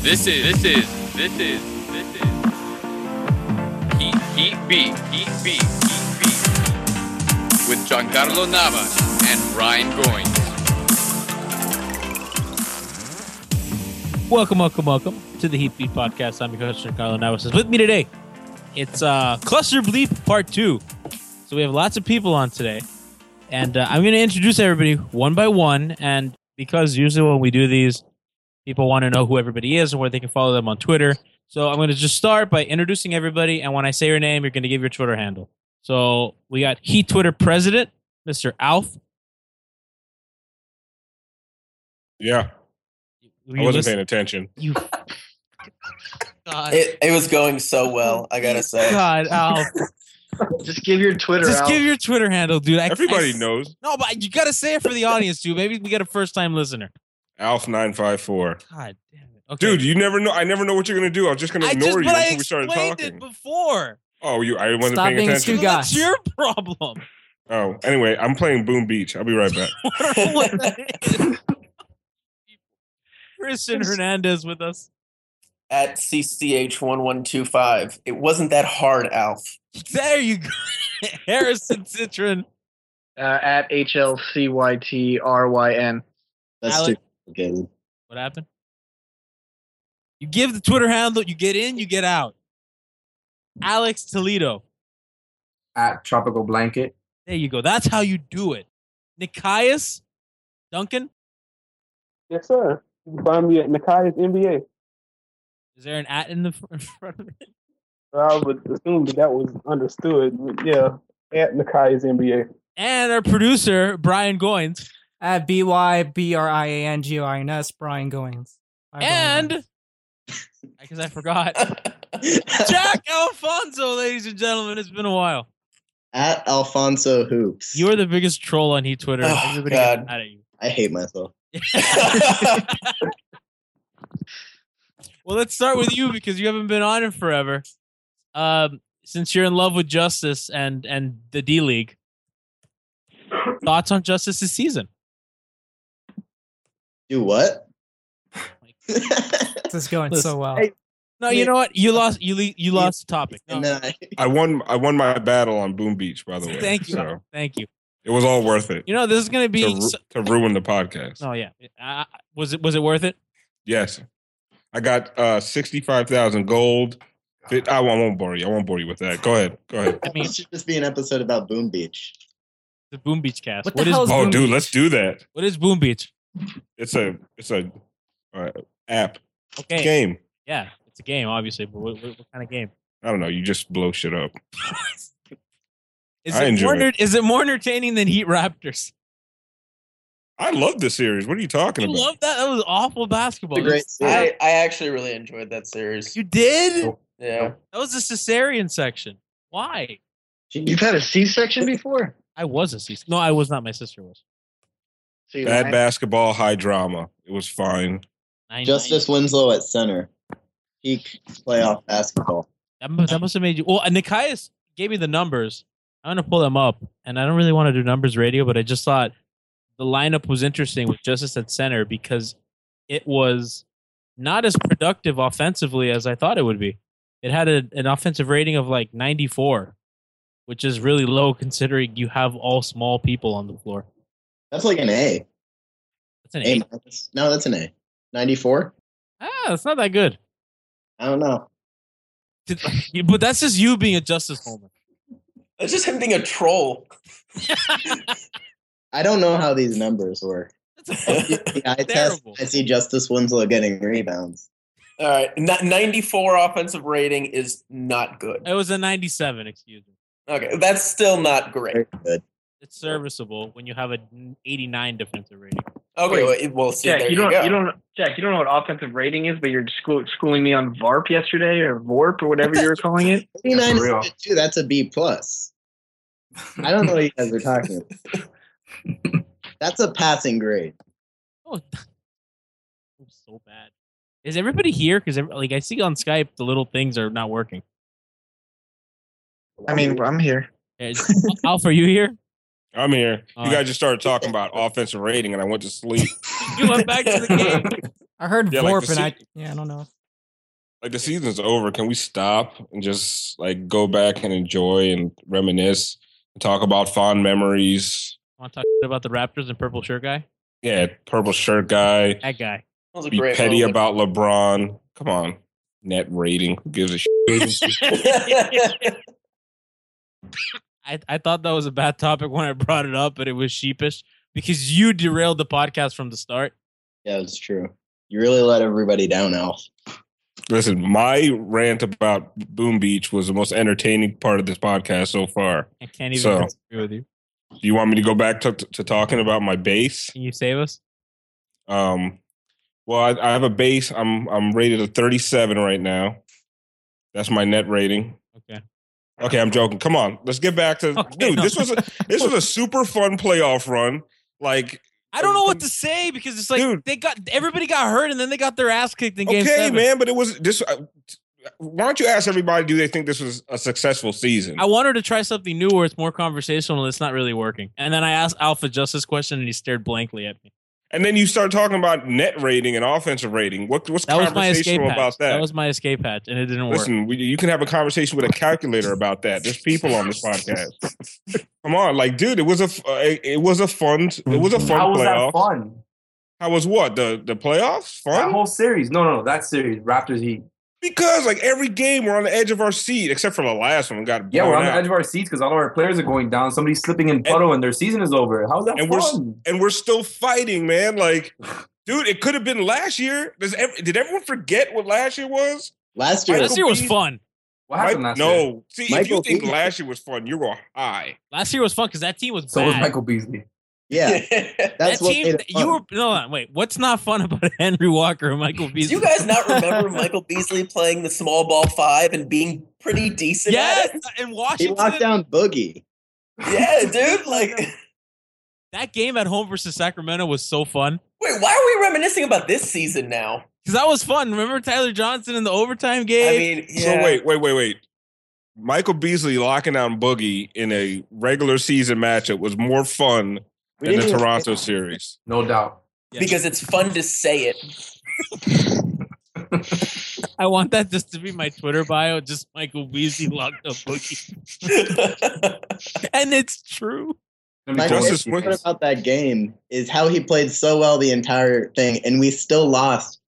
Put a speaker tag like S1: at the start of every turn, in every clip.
S1: This is this is this is this is Heat Heat Beat Heat Beat Heat Beat with Giancarlo Navas and Ryan Goins.
S2: Welcome, welcome, welcome to the Heat Beat Podcast. I'm your host, Carlo Navas. With me today, it's uh, Cluster Bleep Part 2. So we have lots of people on today. And uh, I'm going to introduce everybody one by one. And because usually when we do these, people want to know who everybody is and where they can follow them on Twitter. So I'm going to just start by introducing everybody. And when I say your name, you're going to give your Twitter handle. So we got Heat Twitter President, Mr. Alf.
S3: Yeah,
S2: Will
S3: I
S2: you
S3: wasn't
S2: listen-
S3: paying attention.
S2: You. God,
S4: It, it was going so well, I gotta say.
S2: God, Alf.
S5: Just give your Twitter
S2: Just
S5: out.
S2: give your Twitter handle, dude. I,
S3: Everybody
S2: I-
S3: knows
S2: No, but you gotta say it for the audience too. Maybe we get a first time listener.
S3: Alf nine five four.
S2: God damn it, okay.
S3: Dude, you never know. I never know what you're gonna do. I was just gonna
S2: I
S3: ignore
S2: just
S3: you
S2: but I
S3: until we started
S2: explained
S3: talking.
S2: it before.
S3: oh, you! I wasn't
S6: Stop
S3: paying
S6: being a
S3: attention.
S6: stupid- guys.
S2: That's your problem.
S3: Oh, anyway, I'm playing Boom Beach. I'll be right back.
S2: I don't know what that is. Christian Hernandez with us.
S4: At CCH1125. It wasn't that hard, Alf.
S2: There you go, Harrison Citron.
S5: uh, at HLCYTRYN.
S2: That's Alex- too
S5: complicated.
S2: What happened? You give the Twitter handle. You get in. You get out. Alex Toledo.
S7: at Tropical Blanket.
S2: There you go. That's how you do it. Nikias Duncan.
S7: Yes, sir. You can find me at Nakaya's NBA.
S2: Is there an at in the fr- in front of it?
S7: I would assume that that was understood. Yeah, at Nakaya's NBA.
S2: And our producer, Brian Goins.
S6: At B Y B R I A N G O I N S, Brian Goings. Hi, Brian
S2: and
S6: Goings.
S2: because I forgot. Jack Alfonso, ladies and gentlemen, it's been a while.
S8: At Alfonso Hoops.
S2: You are the biggest troll on Heat Twitter.
S4: Oh,
S2: Everybody gets
S4: God.
S2: mad at you.
S8: I hate myself.
S2: Well, let's start with you because you haven't been on it forever. Um, since you're in love with Justice and and the D League, thoughts on Justice this season?
S8: Do what?
S6: This is going
S2: Listen,
S6: so well.
S2: hey, No, you know what? You lost. You le- you lost the topic. No,
S8: and then I,
S3: I won. I won my battle on Boom Beach. By the way,
S2: Thank you.
S3: So
S2: thank you.
S3: it was all worth it
S2: You know this is going to
S3: to,
S2: be.
S3: ru-
S2: so-
S3: to ruin the podcast.
S2: oh yeah. I, I- was it was it worth it?
S3: Yes, I got uh sixty five thousand gold. Fit- I won't, I won't bore you. I won't bore you with that. Go ahead. Go ahead.
S2: I mean-
S8: it should just be an episode about Boom Beach.
S2: The Boom Beach cast.
S6: What the
S2: what is
S6: hell is
S3: Oh,
S6: Boom
S3: dude,
S6: Beach?
S3: let's do that.
S2: what is Boom Beach?
S3: It's a it's a uh, app
S2: Okay,
S3: game.
S2: yeah, it's a game, obviously, but what, what, what kind of game?
S3: I don't know. You just blow shit up.
S2: Is
S3: I
S2: it
S3: enjoy
S2: more
S3: it.
S2: enter- is it more entertaining than Heat Raptors?
S3: I love this series. What are you talking
S2: You
S3: about?
S2: love that? That was awful basketball.
S8: It's a great series.
S4: I, I actually really enjoyed that series.
S2: you did?
S4: Yeah.
S2: That was the cesarean section. Why?
S5: You've had a C-section before?
S2: I was a cesarean. No, I was not. My sister was.
S5: See,
S3: Bad
S5: I-
S3: basketball, high drama. It was fine.
S2: Nine,
S8: Justice Winslow at center. Peak playoff basketball.
S2: That, mu- that must have made you. Well, and Nikias gave me the numbers. I'm gonna pull them up, and I don't really want to do numbers radio, but I just thought the lineup was interesting with Justice at center because it was not as productive offensively as I thought it would be. It had a, an offensive rating of like 94, which is really low considering you have all small people on the floor.
S8: That's like an A.
S2: That's an
S8: A
S2: eight.
S8: minus. No, that's an A. 94?
S2: Ah, that's not that good.
S8: I don't know.
S2: But that's just you being a Justice Homer.
S4: That's just him being a troll.
S8: I don't know how these numbers work.
S2: That's
S8: I
S2: a-
S8: see the eye test.
S2: Terrible.
S8: I see Justice Winslow getting rebounds.
S4: All right. N- 94 offensive rating is not good.
S2: it was a 97, excuse me.
S4: Okay. That's still not
S8: Very
S4: great.
S8: good.
S2: it's serviceable when you have an 89 defensive rating.
S4: Okay. Well, it- well see,
S5: Jack,
S4: there
S5: you don't,
S4: go.
S5: you don't, Jack, you don't know what offensive rating is, but you're school, schooling me on VARP yesterday or VORP or whatever you were calling it.
S8: 89 is
S7: real.
S8: good too. That's a B plus. I don't know what you guys are talking about. That's a passing grade.
S2: Oh, I'm so bad. Is everybody here? Because like I see on Skype, the little things are not working.
S5: I mean, I'm here.
S2: Is- Alf, are you here?
S3: I'm here.
S2: All
S3: you
S2: right.
S3: guys just started talking about offensive rating, and I went to sleep.
S2: You went back to the game.
S6: I heard
S3: Yeah, like
S6: Vorp
S3: the
S6: and I
S3: se-
S6: yeah, I don't know.
S3: like the season's over. Can we stop and just like go back and enjoy and reminisce and talk about fond memories?
S2: Want to talk about the Raptors and purple shirt guy?
S3: Yeah, purple shirt guy.
S2: That guy.
S4: That was a
S3: Be
S4: great
S3: petty
S4: moment.
S3: about LeBron. Come on, net rating. Who gives a shit?
S2: I, I thought that was a bad topic when I brought it up, but it was sheepish because you derailed the podcast from the start.
S8: Yeah, it's true. You really let everybody down, Alf.
S3: Listen, my rant about Boom Beach was the most entertaining part of this podcast so far.
S2: I can't even
S3: So-
S2: disagree with you.
S3: Do you want me to go back to, to talking about my base?
S2: Can you save us?
S3: Um, well, I, I have a base. I'm I'm rated a 37 right now. That's my net rating.
S2: Okay.
S3: Okay, I'm joking. Come on, let's get back to
S2: Okay,
S3: dude.
S2: no.
S3: This was a, this was a super fun playoff run. Like,
S2: I don't know what to say because it's like
S3: Dude.
S2: they got everybody got hurt and then they got their ass kicked in game
S3: okay,
S2: seven.
S3: man, but it was this. Uh, why don't you ask everybody? Do they think this was a successful season?
S2: I want her to try something new where it's more conversational and it's not really working. And then I asked Alpha Justice question and he stared blankly at me.
S3: and then you start talking about net rating and offensive rating. What what's
S2: That was my escape
S3: conversational
S2: hatch.
S3: about that?
S2: was my escape hatch and it didn't work.
S3: Listen, we, you can have a conversation with a calculator about that. There's people on this podcast. Come on, like, dude, it was a f- uh, it, it was a fun it was a
S8: Mm-hmm.
S3: fun
S9: How was
S3: playoff.
S9: that fun?
S3: How was what the the playoffs fun?
S9: That whole series? No, no, no, that series, Raptors Heat.
S3: Because like every game, we're on the edge of our seat, except for the last one, we got
S9: Yeah,
S3: blown
S9: we're on the
S3: out.
S9: edge of our seats because all of our players are going down. Somebody's slipping in puddle and, their season is over. How's that
S3: and we're s-
S9: fun?
S3: and we're still fighting, man. Like, dude, it could have been last year. Does ev- did everyone forget what last year was?
S8: Last year,
S2: last year was fun.
S9: What happened
S3: Mike-
S9: last
S3: no,
S9: year?
S3: see, if
S8: Michael
S3: you think
S8: Beasley-
S3: last year was fun, you were high.
S2: Last year was fun because that team was
S9: So was
S2: bad.
S9: Michael Beasley.
S8: yeah, that's
S2: that
S8: what
S2: team,
S8: made it
S2: you
S8: fun.
S2: were no no, wait. What's not fun about Henry Walker and Michael
S4: Do
S2: Beasley?
S4: you guys not remember Michael Beasley playing the small ball five and being pretty decent
S2: yes,
S4: at
S2: uh,
S4: it?
S2: in
S8: He
S2: Washington,
S8: locked down Boogie.
S4: Yeah, dude. Like,
S2: that game at home versus Sacramento was so fun
S4: wait, why are we reminiscing about this season now?
S2: because that was fun. Remember Tyler Johnson in the overtime game?
S4: I mean, yeah.
S3: So wait, wait, wait, wait. Michael Beasley locking down Boogie in a regular season matchup was more fun
S8: We
S3: than the
S8: didn't even-
S3: Toronto series.
S9: No doubt.
S4: because it's fun to say it.
S2: I want that just to be my Twitter bio. Just Michael Beasley locked up Boogie, and it's true.
S9: It's
S8: My
S9: gonna be
S3: Michael-
S9: cool.
S3: Justice
S8: favorite
S3: Winslow.
S8: part about that game is how he played so well the entire thing, and we still lost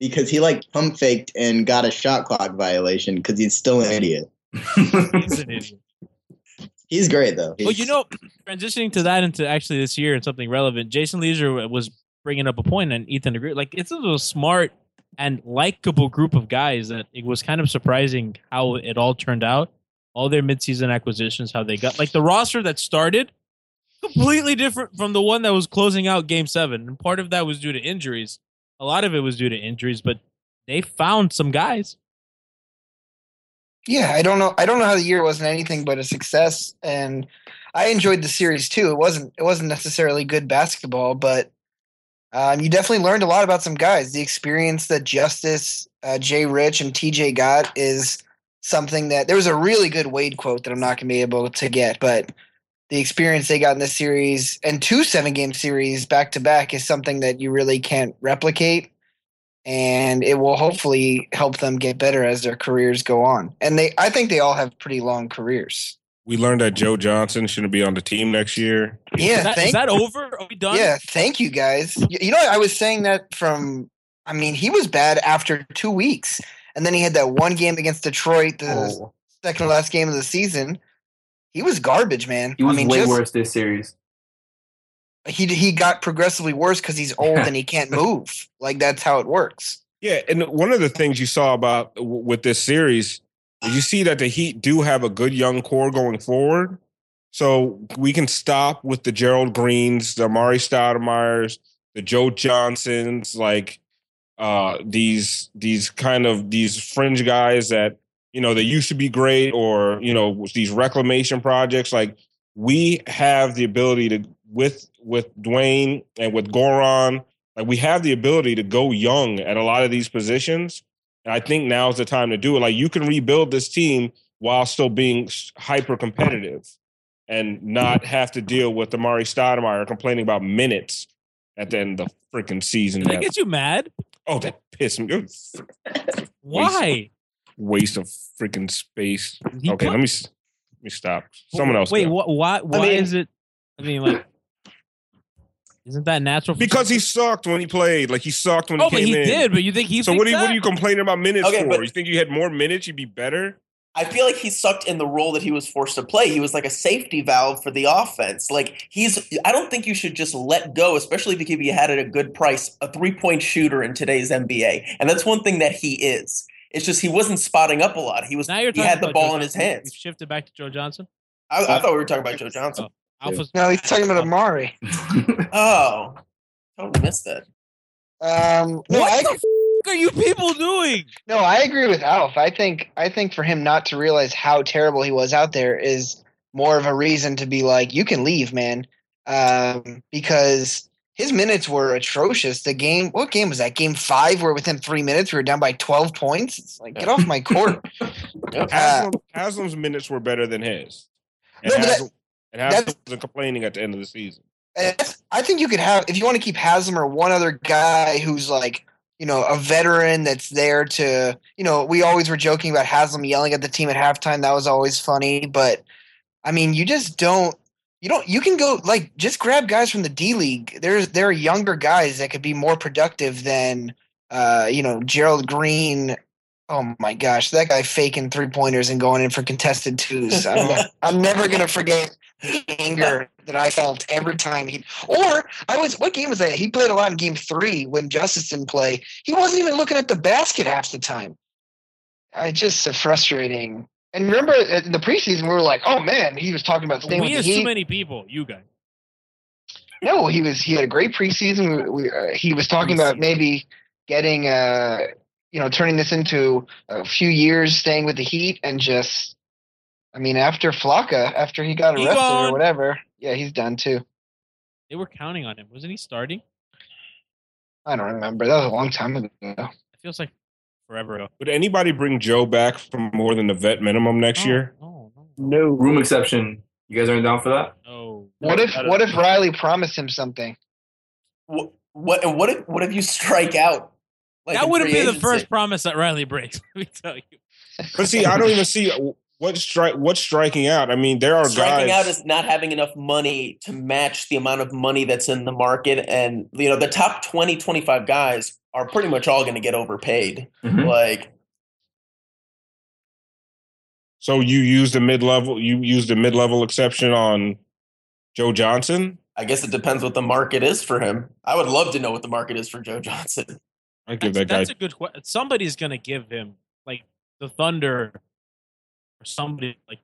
S8: because he like pump faked and got a shot clock violation because he's still an idiot.
S2: He's an idiot.
S8: He's great though.
S2: Well,
S8: He's-
S2: you know, transitioning to that into actually this year and something relevant, Jason Leisure was bringing up a point, and Ethan agreed. Like, it's a smart and likable group of guys that it was kind of surprising how it all turned out. All their midseason acquisitions, how they got like the roster that started completely different from the one that was closing out game seven. And part of that was due to injuries. A lot of it was due to injuries, but they found some guys.
S10: Yeah, I don't know. I don't know how the year wasn't anything but a success, and I enjoyed the series too. It wasn't. It wasn't necessarily good basketball, but um, you definitely learned a lot about some guys. The experience that Justice, uh, Jay Rich, and TJ got is something that there was a really good Wade quote that I'm not going to be able to get, but the experience they got in this series and two seven game series back to back is something that you really can't replicate and it
S2: Mm-hmm.
S10: will hopefully help them get better as their careers go on. And they, I think they all have pretty long careers.
S3: We learned that Joe Johnson shouldn't be on the team next year.
S10: Yeah,
S2: Is that-
S10: thank-
S2: is that over? Are we done?
S10: Yeah, thank you guys. Y- You know, I was saying that from. I mean, he was bad after two weeks, and then he had that one game against Detroit, the
S2: Oh.
S10: second to last game of the season. He was garbage, man.
S9: He was
S10: I mean,
S9: way
S10: just-
S9: worse this series.
S10: He he got progressively worse because he's old and he can't move. Like that's how it works.
S3: Yeah, and one of the things you saw about w- with this series is you see that the Heat do have a good young core going forward. So we can stop with the Gerald Greens, the Amari Stoudemires, the Joe Johnsons, like uh, these these kind of these fringe guys that you know they used to be great, or you know these reclamation projects. Like we have the ability to with with Dwayne and with Goron, like we have the ability to go young at a lot of these positions. And I think now's the time to do it. Like you can rebuild this team while still being hyper competitive and not have to deal with Amari Stoudemire complaining about minutes at the end of the freaking season.
S2: Did that get you mad?
S3: Oh, that pissed me.
S2: Why?
S3: Waste of freaking space.
S2: He
S3: okay,
S2: put-
S3: let me s- let me stop. Someone else.
S2: Wait,
S3: go.
S2: wh- why? Why
S3: mean-
S2: is it? I mean, like, isn't that natural? For
S3: Because he sucked when he played. Like he sucked when
S2: Oh,
S3: he
S2: but
S3: came
S2: he
S3: in.
S2: did, but you think he
S3: So what are
S2: thinks
S3: you, what
S2: that?
S3: are you complaining about minutes
S4: Okay,
S3: for?
S4: but-
S3: you think you had more minutes, you'd be better?
S4: I feel like he sucked in the role that he was forced to play. He was like a safety valve for the offense. Like he's I don't think you should just let go, especially if you had at a good price, a three-point shooter in today's NBA. And that's one thing that he is. It's just he wasn't spotting up a lot. He was
S2: now you're
S4: he
S2: talking
S4: had the
S2: about
S4: ball
S2: Oh, Joe
S4: in his
S2: Johnson.
S4: hands.
S2: We've shifted back to Joe Johnson.
S4: I,
S3: Uh,
S4: I thought we were talking about Joe Johnson.
S2: Alpha's
S10: No, he's talking about Amari.
S4: Oh. Totally missed that.
S10: Um, no, I,
S2: are you people doing?
S10: No, I agree with Alf. I think I think for him not to realize how terrible he was out there is more of a reason to be like, you can leave, man, um, because his minutes were atrocious. The game, what game was that? Game five, where within three minutes we were down by twelve points. It's like, get off my court. Uh,
S3: Haslam, Haslam's minutes were better than his. And
S10: No, but that-
S3: Haslam, and Haslam wasn't complaining at the end of the season.
S10: And that's- I think you could have if you want to keep Haslam or one other guy who's like you know a veteran that's there to you know we always were joking about Haslam yelling at the team at halftime that was always funny but I mean you just don't you don't you can go like just grab guys from the D League there's there are younger guys that could be more productive than uh you know Gerald Green oh my gosh that guy faking three pointers and going in for contested twos I'm, ne- I'm never gonna forget the anger that I felt every time he or I was what game was that? He played a lot in game three when Justice didn't play. He wasn't even looking at the basket half the time. I just so frustrating. And remember uh, in the preseason we were like, oh man, he was talking about staying
S2: we
S10: with
S2: is
S10: the
S2: too
S10: Heat.
S2: many people. You guys.
S10: No, he was he had a great preseason. We, we, uh, he was talking about maybe getting uh you know turning this into a few years staying with the Heat and just I mean after Flocka after he got
S2: He
S10: arrested
S2: gone.
S10: or whatever yeah he's done too.
S2: They were counting on him. Wasn't he starting?
S10: I don't remember that was a long time ago.
S2: It feels like forever ago.
S3: Would anybody bring Joe back from more than the vet minimum next year?
S7: No.
S9: Room exception. You guys aren't down for that?
S2: No.
S10: What if what if Riley promised him something?
S4: What what and what if what if you strike out?
S2: that
S4: in
S2: would have
S4: free
S2: been the
S4: agency?
S2: first promise that Riley breaks. Let me tell you.
S3: But see, I don't even see what strike what's striking out. I mean, there are
S4: striking
S3: guys
S4: out is not having enough money to match the amount of money that's in the market and you know the top 20 25 guys are pretty much all going to get overpaid
S3: Mm-hmm.
S4: like
S3: So you use the mid level you use the mid level exception on Joe Johnson?
S4: i guess it depends what the market is for him i would love to know what the market is for joe johnson
S3: I give that guy
S2: That's a good question. Somebody's gonna give him like the Thunder, or somebody like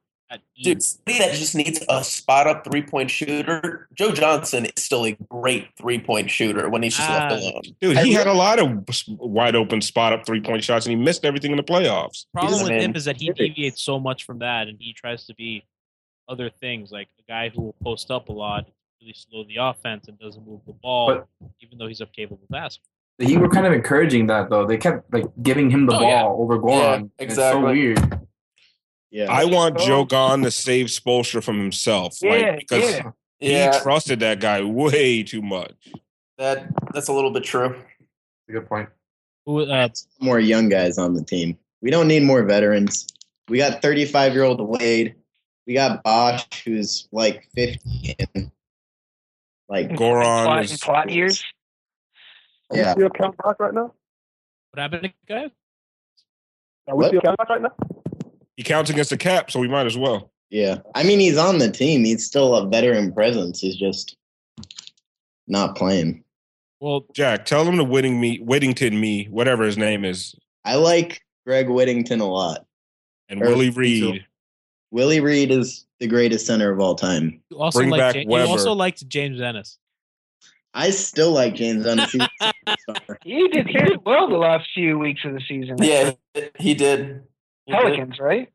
S4: Dude, somebody that just needs a spot up three point shooter. Joe Johnson is still a great three point shooter when he's just
S2: Ah.
S4: left alone.
S3: Dude, he had a lot of wide open spot up three point shots, and he missed everything in the playoffs.
S2: problem with him is that he deviates so much from that, and he tries to be other things, like a guy who will post up a lot, really slow the offense, and doesn't move the ball, even though he's a capable basketball.
S9: He were kind of encouraging that though. They kept like giving him the
S2: Oh,
S9: ball
S2: yeah.
S9: over Goran.
S2: Yeah,
S9: It's so
S3: exactly.
S9: weird.
S8: Yeah.
S3: I want
S9: Oh.
S3: Joe Gon to save Spolstra from himself.
S4: Yeah,
S3: like, because
S4: yeah.
S3: he
S4: Yeah.
S3: trusted that guy way too much.
S4: That that's a little bit true.
S9: Good point.
S8: more young guys on the team. We don't need more veterans. We got 35 year old Wade. We got Bosch, who's like 50. And like
S3: Goron
S5: Plot, plot years.
S8: Yeah.
S7: Still count Brock right now?
S2: What happened, guys?
S7: Are we
S8: What?
S7: still count Brock right now?
S3: He counts against the cap, so we might as well.
S8: Yeah. I mean, he's on the team. He's still a veteran presence. He's just not playing.
S2: Well,
S3: Jack, tell him to Whitting me, Whittington me, whatever his name is,
S8: I like Greg Whittington a lot.
S3: and
S8: Or-
S3: Willie Reed.
S8: Willie Reed is the greatest center of all time.
S2: You also
S8: Bring
S2: like
S8: back
S2: you
S8: Weber.
S2: also liked James Ennis.
S8: I still like James Ennis.
S5: He did he did well the last few weeks of the season.
S4: Yeah, he did.
S5: Pelicans, right?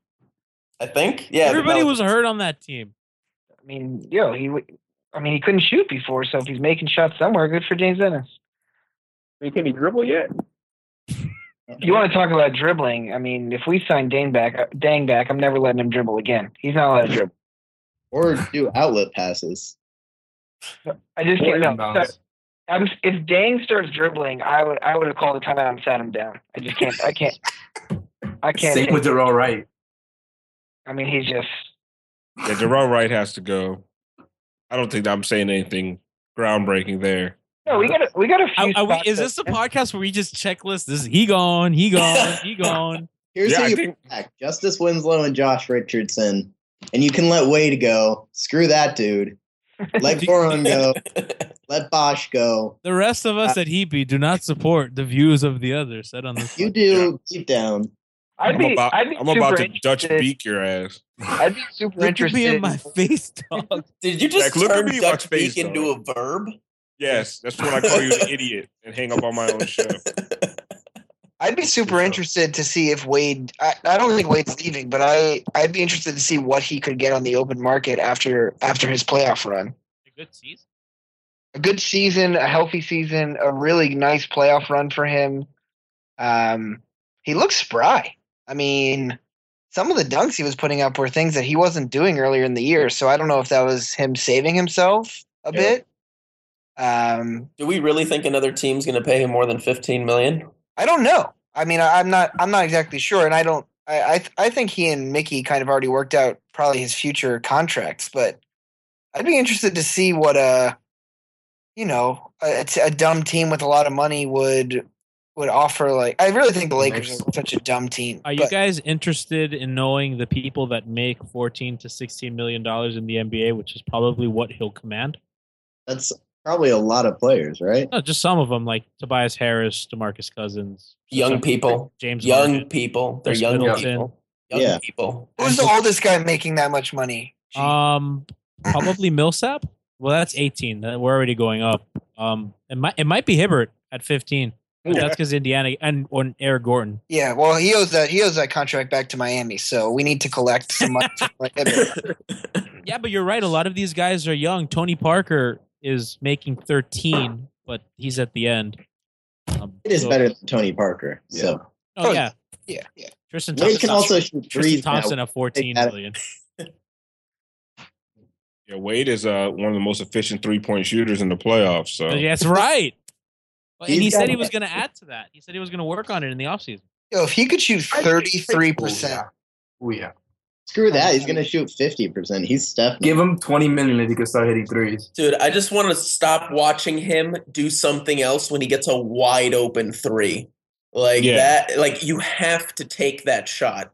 S4: I think. Yeah. the
S2: everybody was
S4: Pelicans.
S2: hurt on that team.
S5: I mean, yo, he. w- I mean, he couldn't shoot before, so if he's making shots somewhere, good for James Ennis.
S7: Can he dribble yet?
S5: You want to talk about dribbling? I mean, if we sign Dane back, uh, Dang back, I'm never letting him dribble again. He's not allowed to dribble.
S8: or do outlet passes.
S5: I just can't.
S8: Or
S5: No,
S8: inbounds.
S5: I'm, if Dang starts dribbling, I would I would have called a timeout and sat him down. I just can't. I can't. I can't.
S9: Same
S5: take
S9: with
S5: it.
S9: Darrell Wright.
S5: I mean, he's just.
S3: Yeah, Darrell Wright has to go. I don't think I'm saying anything groundbreaking there.
S5: No, we got a, we got a few.
S2: Are- are we-
S5: spots
S2: is
S5: that-
S2: this a podcast where we just checklist? This is he gone, he gone, he gone.
S8: Here's
S2: Yeah,
S8: how
S2: I
S8: you
S2: think-
S8: back Justice Winslow and Josh Richardson, and you can let Wade go. Screw that dude. Let Goron go. Let Bosch go.
S2: The rest of us at Heapy do not support the views of the others said on this.
S8: You do deep down.
S5: I'd
S3: I'm
S5: be,
S3: about,
S5: I'd be
S3: I'm about
S5: super
S3: to Dutch
S5: interested-
S3: beak your ass.
S5: I'd be super
S2: Look at me
S5: interested.
S2: in my face, dog.
S4: Did you just
S3: Jack, look at
S4: turn
S3: me in my
S4: Dutch
S3: face,
S4: Beak into a verb?
S3: Yes, that's when I call you an idiot and hang up on my own show.
S10: I'd be super interested to see if Wade. I, I don't think Wade's leaving, but I I'd be interested to see what he could get on the open market after after his playoff run.
S2: A good season.
S10: A good season, a healthy season, a really nice playoff run for him. Um, he looks spry. I mean, some of the dunks he was putting up were things that he wasn't doing earlier in the year. So I don't know if that was him saving himself a
S4: Yeah.
S10: bit. Um,
S4: Do we really think another team's going to pay him more than fifteen million?
S10: I don't know. I mean, I, I'm not. I'm not exactly sure, and I don't. I, I th- I think he and Mickey kind of already worked out probably his future contracts, but I'd be interested to see what a, you know, a, a- a dumb team with a lot of money would would offer. Like, I really think the Lakers are such a dumb team.
S2: Are you
S10: but
S2: guys interested in knowing the people that make fourteen to sixteen million dollars in the NBA, which is probably what he'll command?
S8: That's probably a lot of players, right?
S2: No, just some of them, like Tobias Harris, Demarcus Cousins,
S4: Young people,
S2: James
S4: young
S2: Harden,
S4: people. They're
S2: Chris
S4: young
S2: Middleton.
S4: people. Young
S2: Yeah.
S4: people.
S10: who's the oldest guy making that much money?
S2: Um, probably Millsap. Well, that's eighteen. That- We're already going up. Um, it might it might be Hibbert at fifteen. But
S10: Yeah.
S2: That's because Indiana and on Eric Gordon.
S10: Yeah, well, he owes that he owes that contract back to Miami, so we need to collect some money. from Miami.
S2: Yeah, but you're right. A lot of these guys are young. Tony Parker is making thirteen, but he's at the end. Um,
S8: It is
S2: so-
S8: better than Tony Parker. So
S2: Oh yeah,
S10: yeah, yeah.
S2: Tristan
S8: Wade
S2: Thompson
S8: can also shoot
S2: Tristan
S8: threes now.
S2: Thompson at
S8: Take
S2: fourteen
S8: that.
S2: million.
S3: Yeah, Wade is uh, one of the most efficient three point shooters in the playoffs. So
S2: That's right. And he
S10: He's
S2: said
S10: got-
S2: he was going to add to that. He said he was going to work on it in the offseason.
S10: Yo, if he could shoot thirty three percent,
S9: Oh yeah.
S8: screw that. He's gonna shoot 50%. He's Steph.
S9: Give him 20 minutes if he can start hitting threes.
S4: Dude, I just want to stop watching him do something else when he gets a wide open three. Like
S3: Yeah.
S4: that like you have to take that shot.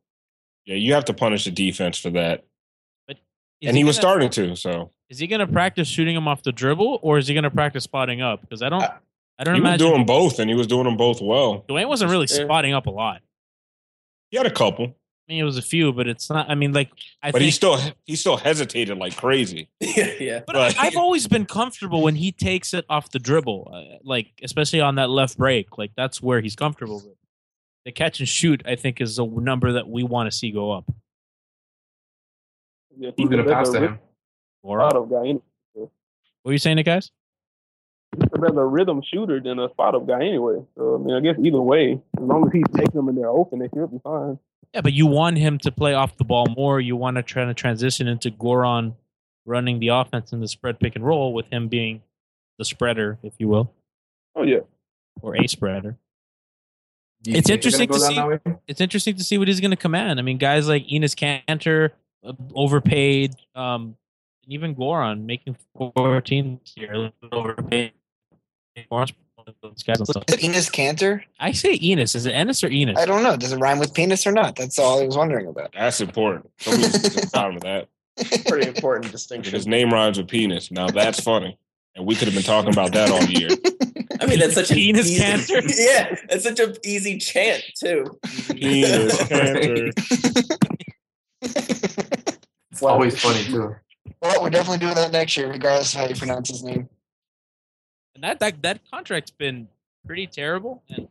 S3: yeah, you have to punish the defense for that.
S2: But is
S3: and he was starting
S2: gonna-
S3: to. So
S2: Is he going to practice shooting him off the dribble, or is he going to practice spotting up? Because I don't, I don't
S3: he was
S2: imagine
S3: doing both, and he was doing them both well.
S2: Dwayne wasn't really
S3: Yeah.
S2: spotting up a lot.
S3: He had a couple.
S2: I mean, it was a few, but it's not. I mean, like, I
S3: but he
S2: think,
S3: still he still hesitated like crazy.
S4: yeah,
S2: but I, I've always been comfortable when he takes it off the dribble, uh, like especially on that left break. Like that's where he's comfortable. But the catch and shoot, I think, is a number that we want to see go up.
S7: Yeah,
S2: Who's gonna pass to him?
S7: I don't got any.
S2: What are you saying, to guys?
S7: He's a better rhythm shooter than a spot up guy anyway. So I mean, I guess either way, as long as he's taking them and they're open, they should be fine.
S2: Yeah, but you want him to play off the ball more. You want to try to transition into Goron running the offense in the spread pick and roll with him being the spreader, if you will,
S7: Oh yeah.
S2: or a spreader.
S9: Do you think
S2: It's
S9: they're
S2: interesting
S9: gonna
S2: to
S9: go
S2: see.
S9: down that way?
S2: It's interesting to see what he's going to command. I mean, guys like Enos Cantor, uh, overpaid, um, and even Goron making four teams here, a little overpaid. Goron's one of those guys and stuff.
S10: Is it Enos Cantor?
S2: I say Enos. Is it Ennis or Enos?
S10: I don't know. Does it rhyme with penis or not? That's all I was wondering about.
S3: That's important. Somebody's the problem with that.
S8: Pretty important distinction.
S3: His name rhymes with penis. Now that's funny, and we could have been talking about that all year.
S4: I mean, that's such an
S2: Penis
S4: easy,
S2: cancer?
S4: Yeah, that's such an easy chant too.
S3: Penis cancer.
S9: It's always funny too.
S10: Well, we're definitely doing that next year, regardless of how you pronounce his name.
S2: And that, that that contract's been pretty terrible, and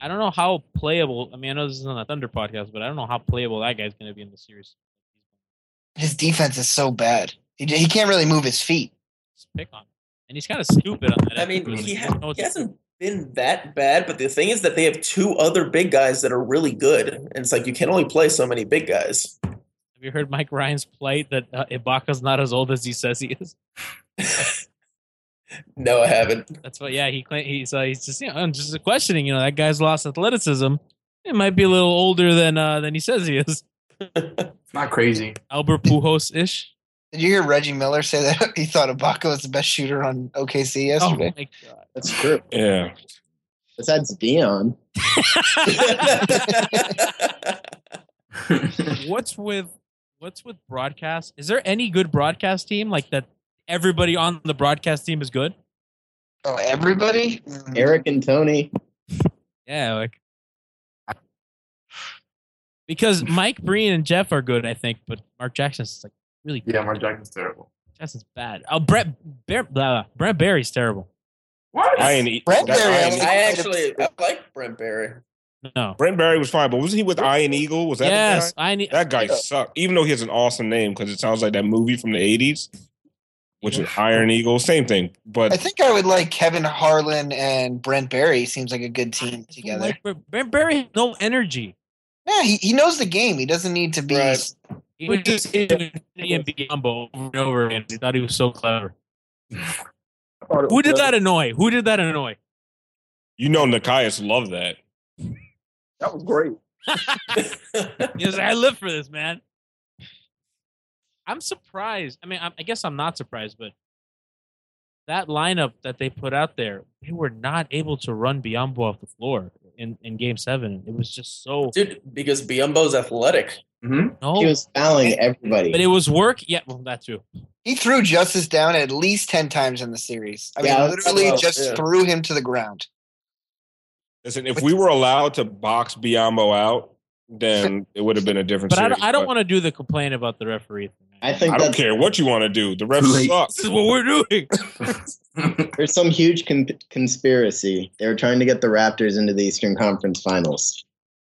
S2: I don't know how playable. I mean, I know this is on a Thunder podcast, but I don't know how playable that guy's going to be in the series.
S10: His defense is so bad. He, he can't really move his feet.
S2: Pick on, him. and he's kind of stupid on that.
S4: I mean, he, ha- he hasn't been that bad, but the thing is that they have two other big guys that are really good, and it's like you can only play so many big guys.
S2: Have you heard Mike Ryan's plight that uh, Ibaka's not as old as he says he is?
S4: No, I haven't.
S2: That's what. Yeah, he claim he's uh, he's just you know, I'm just questioning. You know, that guy's lost athleticism. It might be a little older than uh, than he says he is.
S9: It's not crazy.
S2: Albert Pujols ish.
S10: Did you hear Reggie Miller say that he thought Ibaka was the best shooter on OKC
S2: Oh
S10: yesterday?
S2: my god!
S8: That's true.
S3: Yeah.
S8: Besides Dion,
S2: What's with what's with broadcast? Is there any good broadcast team like that? Everybody on the broadcast team is good.
S10: Oh, everybody? Mm.
S8: Eric and Tony.
S2: Yeah, like because Mike Breen and Jeff are good, I think, but Mark Jackson's like really
S9: Yeah, Mark Jackson's terrible.
S2: Jackson's bad. Oh, Brett Bear, blah, blah. Brett Barry's terrible.
S9: What?
S3: I ain't eat.
S10: Brent
S3: that Iron-
S10: Berry,
S4: I actually I like Brent Berry.
S2: No.
S3: Brent Barry was fine, but wasn't he with Iron Eagle? Was that the
S2: yes, E-
S3: guy?
S2: I need.
S3: That guy sucked. Even though he has an awesome name, because it sounds like that movie from the '80s, which is Iron Eagle. Same thing,
S10: I
S3: but
S10: think I would like Kevin Harlan and Brent Berry. Seems like a good team together.
S2: Like, Brett Brett Barry has no energy.
S10: yeah, he, he knows the game. He doesn't need to be.
S4: Right.
S2: He was just in and Biombo over and over again. He thought he was so clever. Who did that annoy? Who did that annoy?
S3: you know, Nikias loved that.
S7: That was great.
S2: He was like, I live for this, man. I'm surprised. I mean, I, I guess I'm not surprised, but that lineup that they put out there, they were not able to run Biombo off the floor in, in game seven. It was just so
S4: Dude, because Biombo's athletic.
S3: Mm-hmm.
S2: no,
S8: He was
S10: Oh.
S8: fouling everybody.
S2: but it was work. Yeah, well, that too.
S10: He threw Justice down at least 10 times in the series. I mean,
S8: Yeah, that's-
S10: literally
S4: well,
S10: just
S4: yeah.
S10: threw him to the ground.
S3: Listen, if we were allowed to box Biombo out, then it would have been a different.
S2: But I
S3: series,
S2: don't, I don't want to do the complaint about the referee. Thing.
S8: I
S3: I
S8: think
S3: don't
S8: that
S3: care what you want to do. The refs
S9: Too late.
S3: suck.
S2: This is what we're doing.
S8: there's some huge con- conspiracy. They were trying to get the Raptors into the Eastern Conference Finals.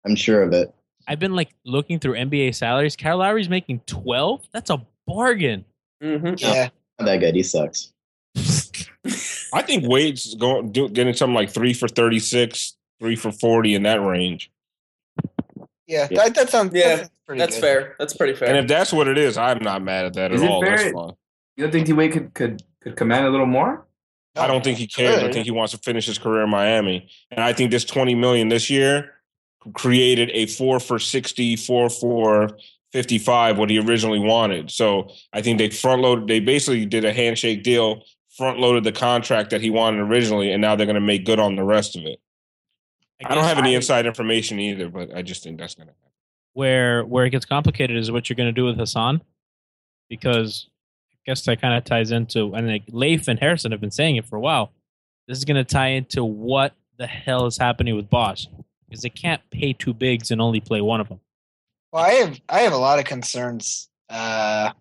S8: I'm sure of it.
S2: I've been like looking through NBA salaries. Kyle Lowry's making twelve. That's a bargain.
S4: Mm-hmm.
S10: Yeah.
S8: Not that good. He sucks.
S3: I think Wade's going do, getting something like three for thirty six, three for forty in that range.
S10: Yeah. That, that sounds
S4: Yeah,
S10: that sounds pretty
S4: That's
S10: good.
S4: fair. That's pretty
S3: And
S4: fair.
S3: if that's what it is, I'm not mad at that
S9: Is
S3: at
S9: it
S3: all. That's
S9: fair-
S3: fine.
S9: You don't think T Wade could, could could command a little more?
S3: I don't think he cares. I
S10: Good.
S3: think he wants to finish his career in Miami. And I think this 20 million this year created a four for 60, four for 55, what he originally wanted. So I think they front loaded, they basically did a handshake deal, front loaded the contract that he wanted originally, and now they're going to make good on the rest of it. I don't
S2: guess
S3: have any inside information either, but I just think that's going to happen.
S2: Where where it gets complicated is what you're going to do with Hassan, because I guess that kind of ties into and like Leif and Harrison have been saying it for a while. This is going to tie into what the hell is happening with Bosch because they can't pay two bigs and only play one of them.
S10: Well, I have I have a lot of concerns. Uh,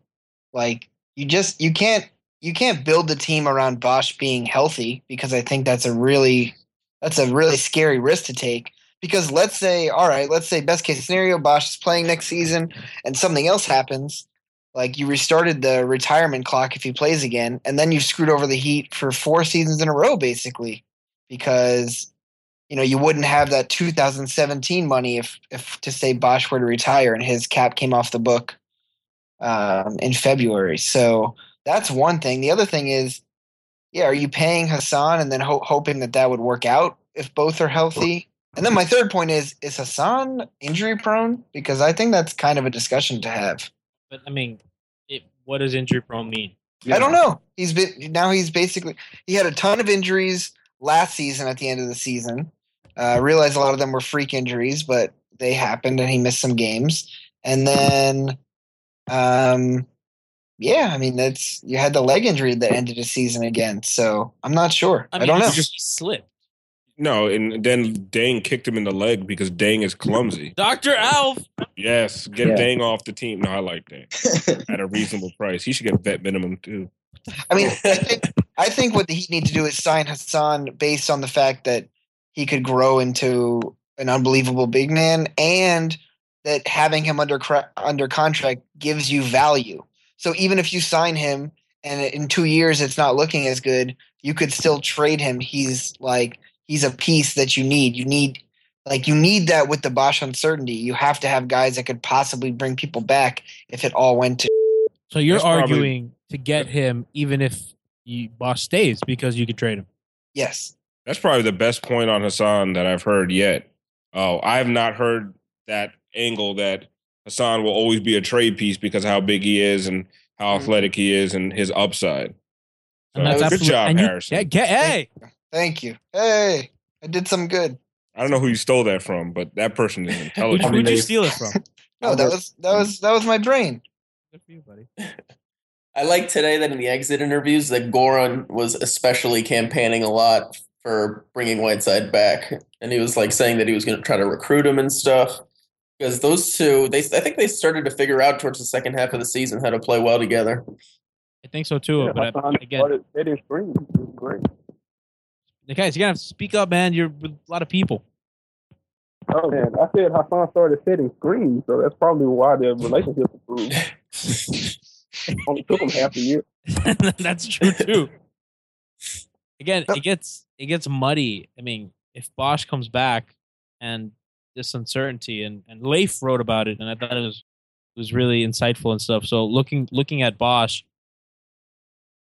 S10: like you just you can't you can't build the team around Bosch being healthy because I think that's a really that's a really scary risk to take. Because let's say, all right, let's say best case scenario, Bosch is playing next season and something else happens. Like you restarted the retirement clock if he plays again, and then you've screwed over the Heat for four seasons in a row, basically, because you know you wouldn't have that 2017 money if if to say Bosch were to retire and his cap came off the book um, in February. So that's one thing. The other thing is, yeah, are you paying Hassan and then ho- hoping that that would work out if both are healthy? And then my third point is, is Hassan injury prone? Because I think that's kind of a discussion to have.
S2: But I mean, it, what does injury prone mean?
S10: I don't know. He's been now he's basically he had a ton of injuries last season at the end of the season. Uh, I realize a lot of them were freak injuries, but they happened and he missed some games. And then, um, yeah, I mean that's you had the leg injury that ended the season again. So I'm not sure. I,
S2: mean,
S10: don't know.
S2: He just slipped.
S3: No, and then Dang kicked him in the leg because Dang is clumsy.
S2: Doctor Alf.
S3: Yes, get
S10: Yeah.
S3: Dang off the team. No, I like Dang at a reasonable price. He should get vet minimum too.
S10: I mean, I think, I think what the Heat need to do is sign Hassan based on the fact that he could grow into an unbelievable big man, and that having him under cra- under contract gives you value. So even if you sign him and in two years it's not looking as good, you could still trade him. He's like he's a piece that you need. You need like you need that with the Bosch uncertainty. You have to have guys that could possibly bring people back if it all went to.
S2: So you're
S10: That's probably-
S2: arguing to get him, even if you, Bosch stays, because you could trade him.
S10: Yes.
S3: That's probably the best point on Hassan that I've heard yet. Oh, I have not heard that angle that Hassan will always be a trade piece because how big he is and how
S10: Mm-hmm.
S3: athletic he is and his upside. So,
S2: And that's
S3: good
S2: absolute-
S3: job,
S2: and you-
S3: Harrison.
S2: yeah, get- hey.
S10: Thank you. Hey, I did some good.
S3: I don't know who you stole that from, but that person is
S2: Who'd,
S3: intelligent.
S2: who'd you steal it from?
S10: No, that was that was that was my brain.
S4: I like today that in the exit interviews that Goran was especially campaigning a lot for bringing Whiteside back, and he was like saying that he was going to try to recruit him and stuff. Because those two, they I think they started to figure out towards the second half of the season how to play well together.
S2: I think so too. but I, again,
S7: that is green. Great.
S2: guys, you're gonna have to speak up, man. You're with a lot of people.
S7: Oh man, I said Hassan started setting screens, so that's probably why their relationship improved. Only took them half a year.
S2: That's true too. Again, it gets it gets muddy. I mean, if Bosch comes back and this uncertainty and, and Leif wrote about it and I thought it was it was really insightful and stuff. So looking looking at Bosch,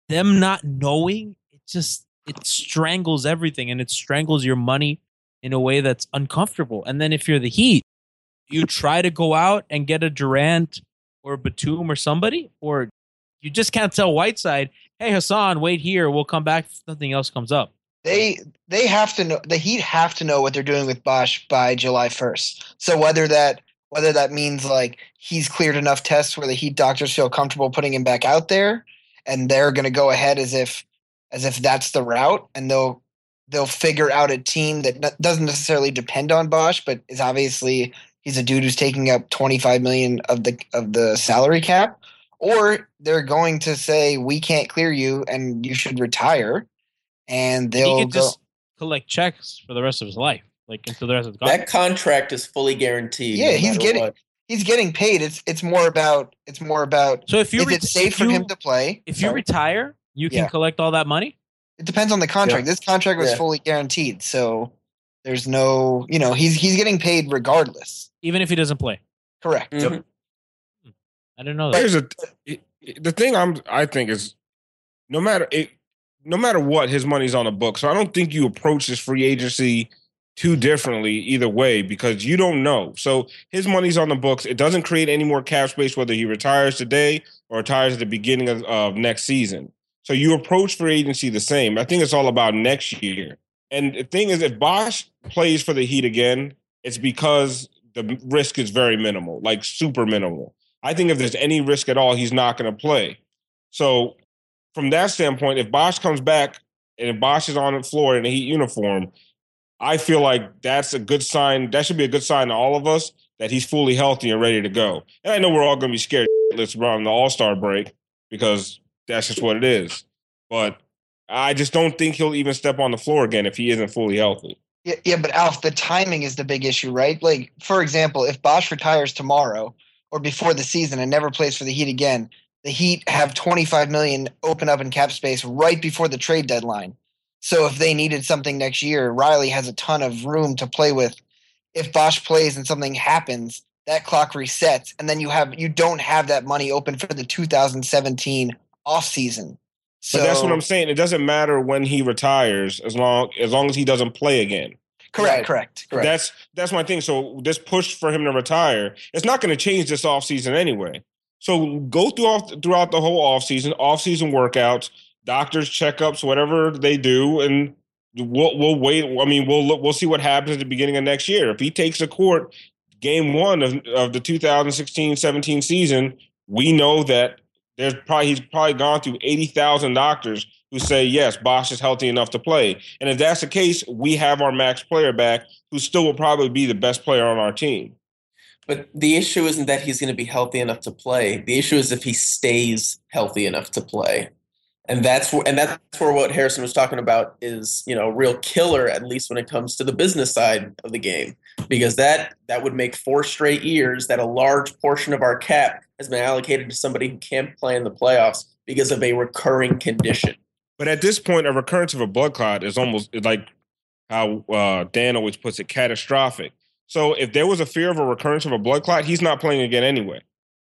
S2: them not knowing, it just it strangles everything and it strangles your money in a way that's uncomfortable. And then if you're the heat, you try to go out and get a Durant or Batum or somebody, or you just can't tell Whiteside, hey Hassan, wait here, we'll come back if nothing else comes up.
S10: They they have to know the Heat have to know what they're doing with Bosch by July first. So whether that whether that means like he's cleared enough tests where the Heat doctors feel comfortable putting him back out there, and they're going to go ahead as if as if that's the route, and they'll they'll figure out a team that n- doesn't necessarily depend on Bosch, but is obviously he's a dude who's taking up twenty five million of the of the salary cap, or they're going to say we can't clear you and you should retire, and
S2: He
S10: they'll
S2: could
S10: go.
S2: just collect checks for the rest of his life. Like until the rest of the
S4: That contract is fully guaranteed.
S10: yeah,
S4: no
S10: he's
S4: matter
S10: getting
S4: what.
S10: he's getting paid. It's it's more about it's more about
S2: So if you
S10: is
S2: re-
S10: it safe
S2: if
S10: for
S2: you-
S10: him to play?
S2: if you
S10: Sorry.
S2: retire, you can
S10: Yeah.
S2: collect all that money.
S10: it depends on the contract.
S2: Yeah.
S10: This contract was
S2: Yeah.
S10: fully guaranteed, so there's no you know he's he's getting paid regardless.
S2: Even if he doesn't play.
S10: Correct.
S2: Mm-hmm. I don't know.
S3: Here's a, the thing I'm I think is no matter it no matter what his money's on the book. So I don't think you approach this free agency too differently either way because you don't know. So his money's on the books. It doesn't create any more cap space whether he retires today or retires at the beginning of, of next season. So you approach free agency the same. I think it's all about next year. And the thing is, if Bosch plays for the Heat again, it's because the risk is very minimal, like super minimal. I think if there's any risk at all, he's not going to play. So from that standpoint, if Bosch comes back and if Bosch is on the floor in a Heat uniform, I feel like that's a good sign. That should be a good sign to all of us that he's fully healthy and ready to go. And I know we're all going to be scared shitless around the All Star break because that's just what it is. But I just don't think he'll even step on the floor again if he isn't fully healthy.
S10: Yeah, yeah, but Alf, the timing is the big issue, right? Like, for example, if Bosch retires tomorrow or before the season and never plays for the Heat again, the Heat have 25 million open up in cap space right before the trade deadline. So if they needed something next year, Riley has a ton of room to play with. If Bosch plays and something happens, that clock resets, and then you have you don't have that money open for the 2017 offseason. So
S3: but that's what I'm saying. It doesn't matter when he retires, as long as long as he doesn't play again.
S10: Correct, correct, correct.
S3: That's that's my thing. So this push for him to retire, it's not going to change this offseason anyway. So go through off, throughout the whole offseason, offseason workouts, doctors checkups, whatever they do, and we'll we'll wait. I mean, we'll look, we'll see what happens at the beginning of next year. If he takes the court game one of, of the 2016-17 season, we know that there's probably he's probably gone through eighty thousand doctors who say yes, Bosch is healthy enough to play. And if that's the case, we have our max player back, who still will probably be the best player on our team.
S4: But the issue isn't that he's going to be healthy enough to play. The issue is if he stays healthy enough to play. And that's where, and that's where what Harrison was talking about is you know a real killer at least when it comes to the business side of the game because that that would make four straight years that a large portion of our cap has been allocated to somebody who can't play in the playoffs because of a recurring condition.
S3: But at this point, a recurrence of a blood clot is almost like how uh, Dan always puts it, catastrophic. So if there was a fear of a recurrence of a blood clot, he's not playing again anyway.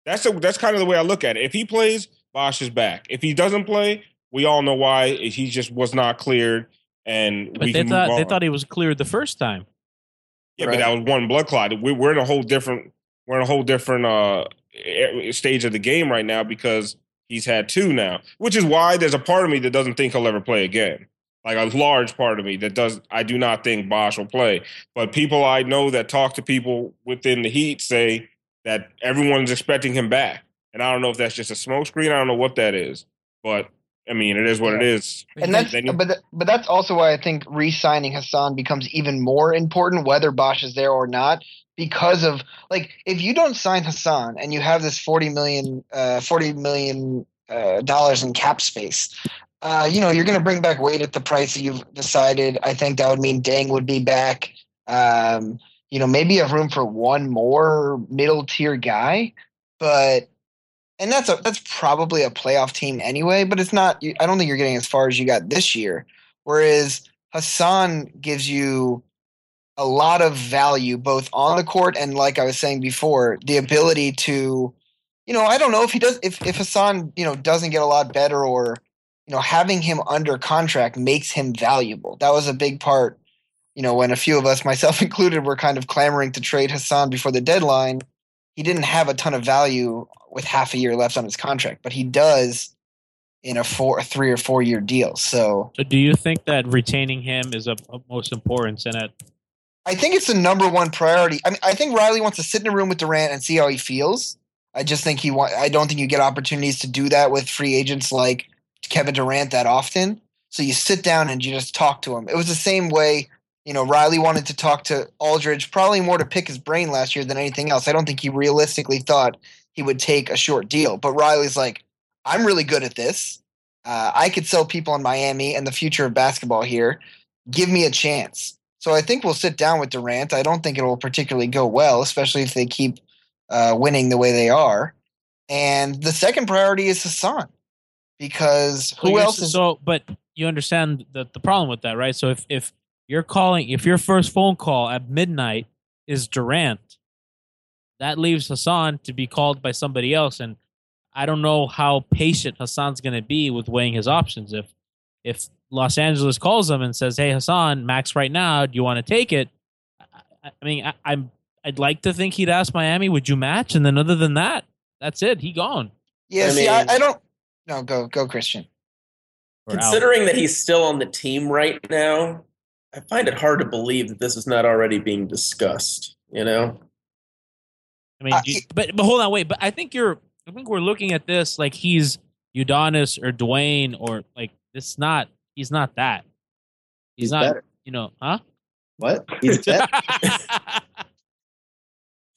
S3: That's a, that's kind of the way I look at it. If he plays, Bosch is back. If he doesn't play, we all know why. He just was not cleared, and
S2: But
S3: we
S2: they
S3: can
S2: thought
S3: move
S2: they
S3: on.
S2: thought he was cleared the first time.
S3: Yeah, but that was one blood clot. We, we're in a whole different we're in a whole different uh e- stage of the game right now because he's had two now, which is why there's a part of me that doesn't think he'll ever play again. Like a large part of me that does I do not think Bosch will play. But people I know that talk to people within the Heat say that everyone's expecting him back, and I don't know if that's just a smokescreen. I don't know what that is, but I mean it is what it is.
S10: And that's
S3: They need-
S10: but th- but that's also why I think re-signing Hassan becomes even more important, whether Bosch is there or not, because of like if you don't sign Hassan and you have this forty million uh, forty million uh, dollars in cap space, uh, you know you're going to bring back Wade at the price that you've decided. I think that would mean Dang would be back. Um, you know maybe you have room for one more middle tier guy, but and that's a that's probably a playoff team anyway. But it's not. you- I don't think you're getting as far as you got this year. Whereas Hassan gives you a lot of value both on the court and, like I was saying before, the ability to, you know, I don't know if he does if if Hassan you know doesn't get a lot better or you know having him under contract makes him valuable. That was a big part. You know, when a few of us, myself included, were kind of clamoring to trade Hassan before the deadline, he didn't have a ton of value with half a year left on his contract, but he does in a four, a three or four year deal. So
S2: So do you think that retaining him is of utmost importance? And at
S10: I think it's the number one priority. I mean, I think Riley wants to sit in a room with Durant and see how he feels. I just think he want. I don't think you get opportunities to do that with free agents like Kevin Durant that often. So you sit down and you just talk to him. It was the same way, you know, Riley wanted to talk to Aldridge, probably more to pick his brain last year than anything else. I don't think he realistically thought he would take a short deal. But Riley's like, I'm really good at this. Uh, I could sell people in Miami and the future of basketball here. Give me a chance. So I think we'll sit down with Durant. I don't think it will particularly go well, especially if they keep uh, winning the way they are. And the second priority is Hassan because
S2: So
S10: who
S2: you're-
S10: else is
S2: so? But you understand the the problem with that, right? So if if you're calling, if your first phone call at midnight is Durant, that leaves Hassan to be called by somebody else, and I don't know how patient Hassan's going to be with weighing his options. If if Los Angeles calls him and says, "Hey, Hassan, max right now, do you want to take it?" I, I mean, I, I'm I'd like to think he'd ask Miami, "Would you match?" And then other than that, that's it. He gone.
S10: Yeah,
S4: I
S10: see, I,
S4: mean-
S10: I don't. No, go go, Christian.
S4: Considering that he's still on the team right now, I find it hard to believe that this is not already being discussed. You know,
S2: I mean, do you- but but hold on, wait. But I think you're. I think we're looking at this like he's Udonis or Dwayne or like it's not. He's not that. He's,
S8: He's
S2: not.
S8: better.
S2: You know, huh?
S8: What? He's better.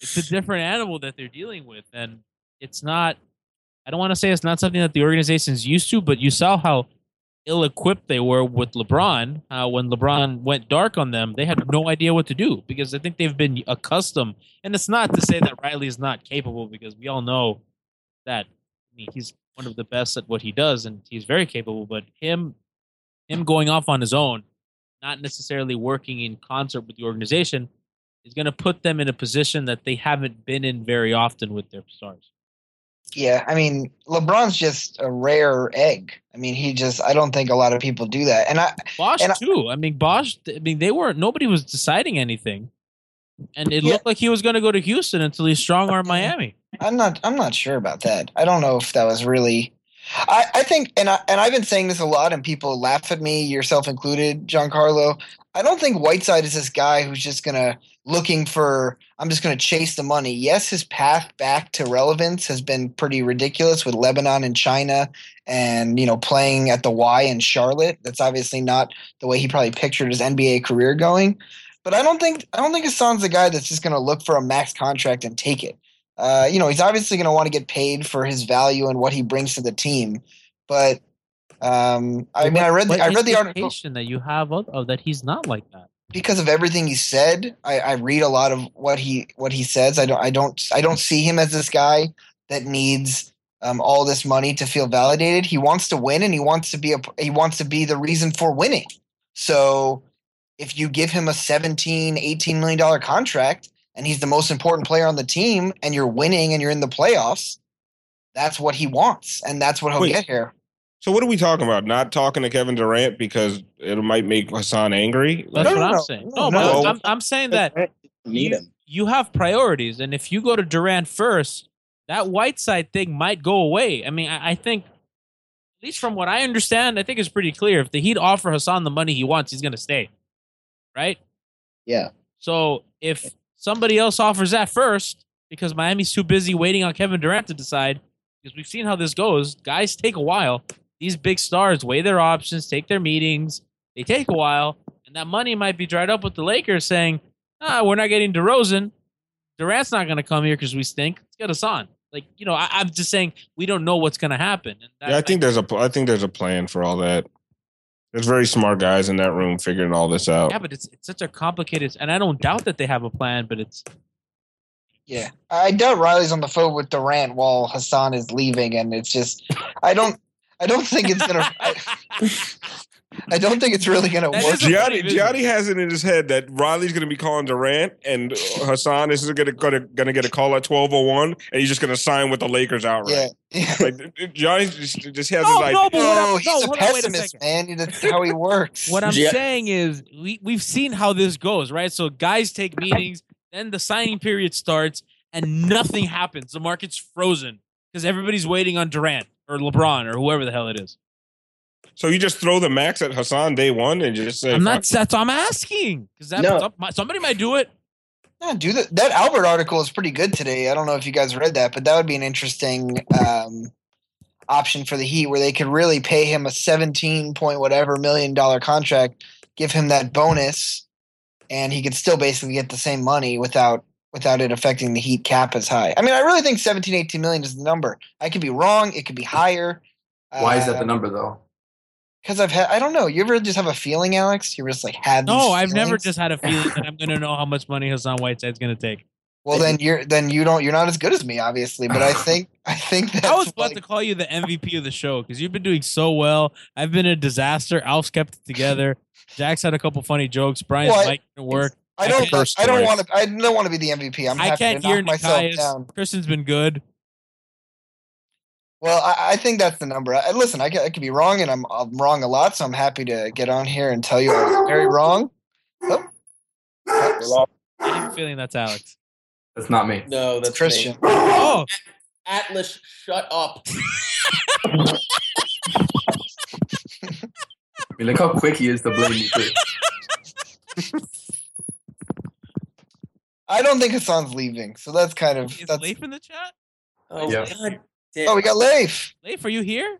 S2: It's a different animal that they're dealing with, and it's not. I don't want to say it's not something that the organization's used to, but you saw how ill-equipped they were with LeBron. Uh, when LeBron went dark on them, they had no idea what to do because I think they've been accustomed. And it's not to say that Riley is not capable, because we all know that I mean, he's one of the best at what he does, and he's very capable. But him, him going off on his own, not necessarily working in concert with the organization, is going to put them in a position that they haven't been in very often with their stars.
S10: Yeah, I mean, LeBron's just a rare egg. I mean, he just I don't think a lot of people do that. And I
S2: Bosch
S10: and I-
S2: too. I mean, Bosch. I mean, they weren't. Nobody was deciding anything, and it
S10: Yeah.
S2: looked like he was going to go to Houston until he strong armed Miami.
S10: I'm not I'm not sure about that. I don't know if that was really I, I think and I and I've been saying this a lot and people laugh at me, yourself included, Giancarlo. I don't think Whiteside is this guy who's just gonna looking for I'm just gonna chase the money. Yes, his path back to relevance has been pretty ridiculous with Lebanon and China and you know playing at the Y in Charlotte. That's obviously not the way he probably pictured his NBA career going. But I don't think I don't think Hassan's the guy that's just gonna look for a max contract and take it. Uh, you know, he's obviously going to want to get paid for his value and what he brings to the team. But um, I mean, I read the,
S2: What
S10: I read the article
S2: expectation that you have of, of that he's not like that.
S10: because of everything he said. I, I read a lot of what he what he says. I don't I don't I don't see him as this guy that needs um, all this money to feel validated. He wants to win and he wants to be a he wants to be the reason for winning. So if you give him a 17 18 million dollar contract and he's the most important player on the team and you're winning and you're in the playoffs that's what he wants and that's what he'll
S3: Wait.
S10: get here
S3: So what are we talking about? Not talking to Kevin Durant because it might make Hassan angry.
S2: That's
S3: Like,
S2: what I'm saying. No, but I'm, I'm saying that
S8: need
S2: you, you have priorities, and if you go to Durant first, that Whiteside thing might go away. I mean, I, I think, at least from what I understand, I think it's pretty clear. If the Heat offer Hassan the money he wants, he's going to stay, right?
S8: Yeah.
S2: So if somebody else offers that first, because Miami's too busy waiting on Kevin Durant to decide, because we've seen how this goes, guys take a while. These big stars weigh their options, take their meetings. They take a while, and that money might be dried up with the Lakers saying, "Ah, we're not getting DeRozan. Durant's not going to come here because we stink. Let's get us on." Like you know, I, I'm just saying we don't know what's going to happen. And that,
S3: yeah, I think there's a pl- I think there's a plan for all that. There's very smart guys in that room figuring all this out.
S2: yeah, but it's it's such a complicated, and I don't doubt that they have a plan, but it's
S10: yeah i doubt riley's on the phone with durant while hassan is leaving and it's just i don't i don't think it's gonna I, I don't think it's really gonna
S3: Well,
S10: work
S3: Gianni, Gianni has it in his head that Riley's going to be calling Durant and Hassan is going to going to get a call at twelve oh one, and he's just going to sign with the Lakers outright.
S10: Yeah,
S3: like Gianni just, just has
S2: No,
S3: his
S2: no, but
S3: idea.
S2: what I'm-
S10: no, he's
S2: no,
S10: a
S2: hold on, wait a
S10: pessimist, man. That's how he works.
S2: What I'm
S10: Yeah.
S2: saying is we we've seen how this goes, right? So guys take meetings, then the signing period starts, and nothing happens. The market's frozen because everybody's waiting on Durant or LeBron or whoever the hell it is.
S3: So you just throw the max at Hassan day one and just say,
S2: I'm not.
S3: "Fuck."
S2: That's what I'm asking because that
S3: No.
S2: some- somebody might do it.
S10: Yeah, do that. That Albert article is pretty good today. I don't know if you guys read that, but that would be an interesting um, option for the Heat, where they could really pay him a seventeen point whatever million dollar contract, give him that bonus, and he could still basically get the same money without without it affecting the Heat cap as high. I mean, I really think 17, 18 million is the number. I could be wrong. It could be higher. Um,
S9: Why is that
S10: Uh,
S9: the number though?
S10: Because I've had, I don't know. You ever just have a feeling, Alex? You ever just like had?
S2: No,
S10: these
S2: I've never
S10: feelings?
S2: just had a feeling that I'm going to know how much money Hassan Whiteside's going to take.
S10: Well, then you're then you don't you're not as good as me, obviously. But I think I think that's
S2: I was about to call you the MVP of the show because you've been doing so well. I've been a disaster. Alf's kept it together. Jack's had a couple funny jokes. Brian's
S10: Well, I-
S2: mic didn't work.
S10: I don't
S2: can't-
S10: I don't want to I don't want to be the MVP. I'm
S2: I
S10: happy
S2: can't
S10: to
S2: hear
S10: knock myself
S2: Nikias.
S10: down.
S2: Kristen's been good.
S10: Well, I, I think that's the number. I, listen, I, ca- I could be wrong, and I'm I'm wrong a lot. So I'm happy to get on here and tell you I was very wrong. Oh.
S2: I have a feeling that's Alex.
S9: That's not me.
S4: No, that's
S10: Christian.
S2: Oh,
S4: Atlas, shut up.
S9: I mean, look how quick he is to blame me. Too.
S10: I don't think Hassan's leaving, so that's kind of
S2: is
S10: that's.
S2: Leif in the chat?
S4: Oh,
S9: Yeah.
S4: God damn.
S10: Oh, we got Leif.
S2: Leif, are you here?